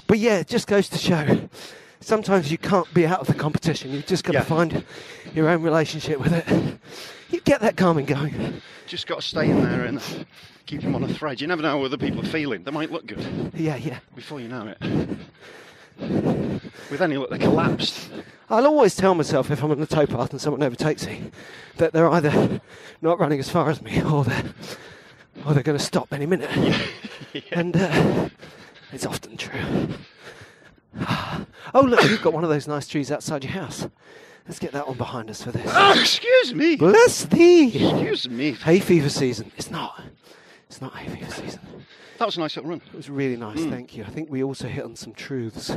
But yeah, it just goes to show. Sometimes you can't be out of the competition. You've just got
Yeah.
to find your own relationship with it. You get that calming going.
Just got to stay in there and keep them on a thread. You never know how other people are feeling. They might look good
Yeah, yeah.
before you know it. With any luck, they collapsed.
I'll always tell myself if I'm on the towpath and someone overtakes me that they're either not running as far as me or they're, or they're going to stop any minute. And uh, it's often true. Oh, look, you've got one of those nice trees outside your house. Let's get that one behind us for this.
Ah, excuse me.
Bless thee!
Excuse me.
Hay fever season. It's not. It's not hay fever season.
That was a nice little run.
It was really nice, thank you. I think we also hit on some truths.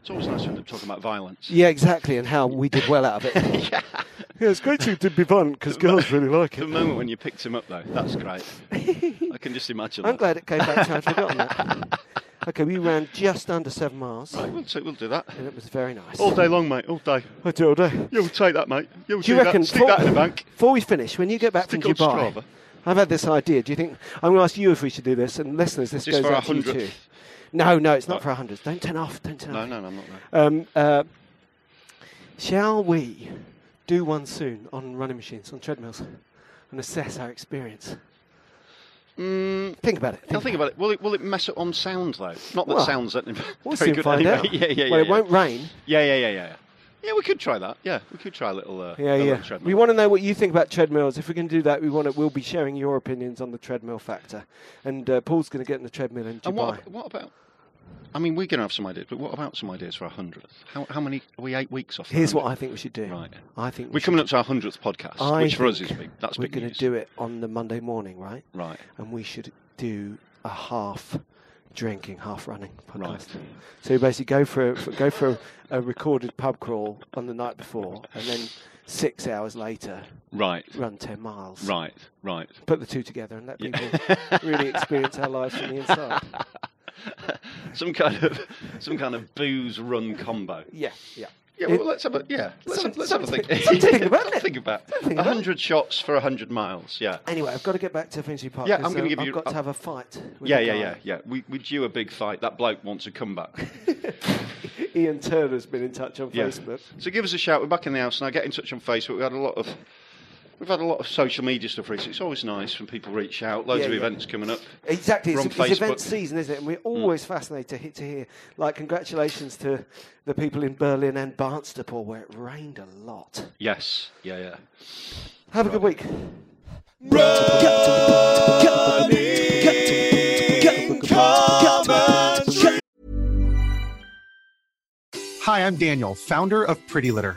It's always nice when they're talking about violence.
Yeah, exactly, and how we did well out of it. yeah. it's great you did be fun because girls really like
The
it.
moment when you picked him up, though, that's great. I can just imagine.
I'm
that.
glad it came back to I'd forgotten that. Okay, we ran just under seven miles,
Right, we'll, take, we'll do that.
and it was very nice.
All day long, mate. All day.
I do all day.
You'll take that, mate. You'll
Do you
do
reckon?
that. Stick that in the bank.
Before we finish, when you get back
Stick
from
on
Dubai,
Strava.
I've had this idea. Do you think I'm going to ask you if we should do this? And listeners, this
Just
goes
for our
out to you too.
hundredth.
No, no, it's not for our hundreds. Don't turn off. Don't turn
No,
off.
no, no, I'm not there.
Um, uh, shall we do one soon on running machines, on treadmills, and assess our experience?
Mm,
Think about it.
Now think about it. Will it will it mess up on sound though? Not that
Well,
sounds that
We'll
very
soon
good.
find
anyway.
out.
Yeah, yeah, yeah.
well, it
yeah.
won't rain.
Yeah, yeah, yeah, yeah. yeah. Yeah, we could try that. Yeah, we could try a little. Uh,
Yeah,
a little
yeah.
treadmill.
We want to know what you think about treadmills. If we're going to do that, we want to. We'll be sharing your opinions on the treadmill factor. And uh, Paul's going to get in the treadmill in Dubai.
And what, ab- what about? I mean, we're going to have some ideas, but what about some ideas for our hundredth? How, how many? Are we eight weeks off? the
Here's what I
100th?
think we should do.
Right.
I think we
We're coming up to our hundredth podcast,
I
which for us is
think
big. That's
we're
big
going
news.
to do it on the Monday morning, right?
Right.
And we should do a half drinking, half running podcast.
Right.
So you basically go for, a, for go for a recorded pub crawl on the night before, and then six hours later
Right.
run ten miles.
Right. Right.
Put the two together and let people really experience our lives from the inside.
Some kind of some kind of booze run combo.
Yeah, yeah.
Yeah,
It-
well, let's have a yeah. Let's,
Some-
have, let's have a think.
something- something to think about,
Something
innit?
to think about.
Something to think
A
about.
hundred shots for a hundred miles. Yeah.
Anyway, I've got to get back to Finchley Park.
Yeah,
'cause,
I'm gonna
um,
give
I've
you-
got
I'll-
to have a fight. With
Yeah,
a
yeah,
guy.
yeah, yeah. We we due a big fight. That bloke wants a comeback.
Ian Turner's been in touch on
Yeah.
Facebook.
So give us a shout. We're back in the house now. Get in touch on Facebook. We've had a lot of we've had a lot of social media stuff recently. It's always nice when people reach out. Loads
Yeah,
of
yeah.
events coming up.
Exactly,
We're
it's,
on
it's event
Facebook.
season, isn't it? And we're always fascinated to, he- to hear, like, congratulations to the people in Berlin and Barnstaple where it rained a lot.
Yes. Yeah, yeah.
Have a good week.
Hi, I'm Daniel, founder of Pretty Litter.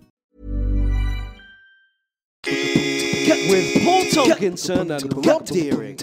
With Paul Tolkinson and Rob Deering.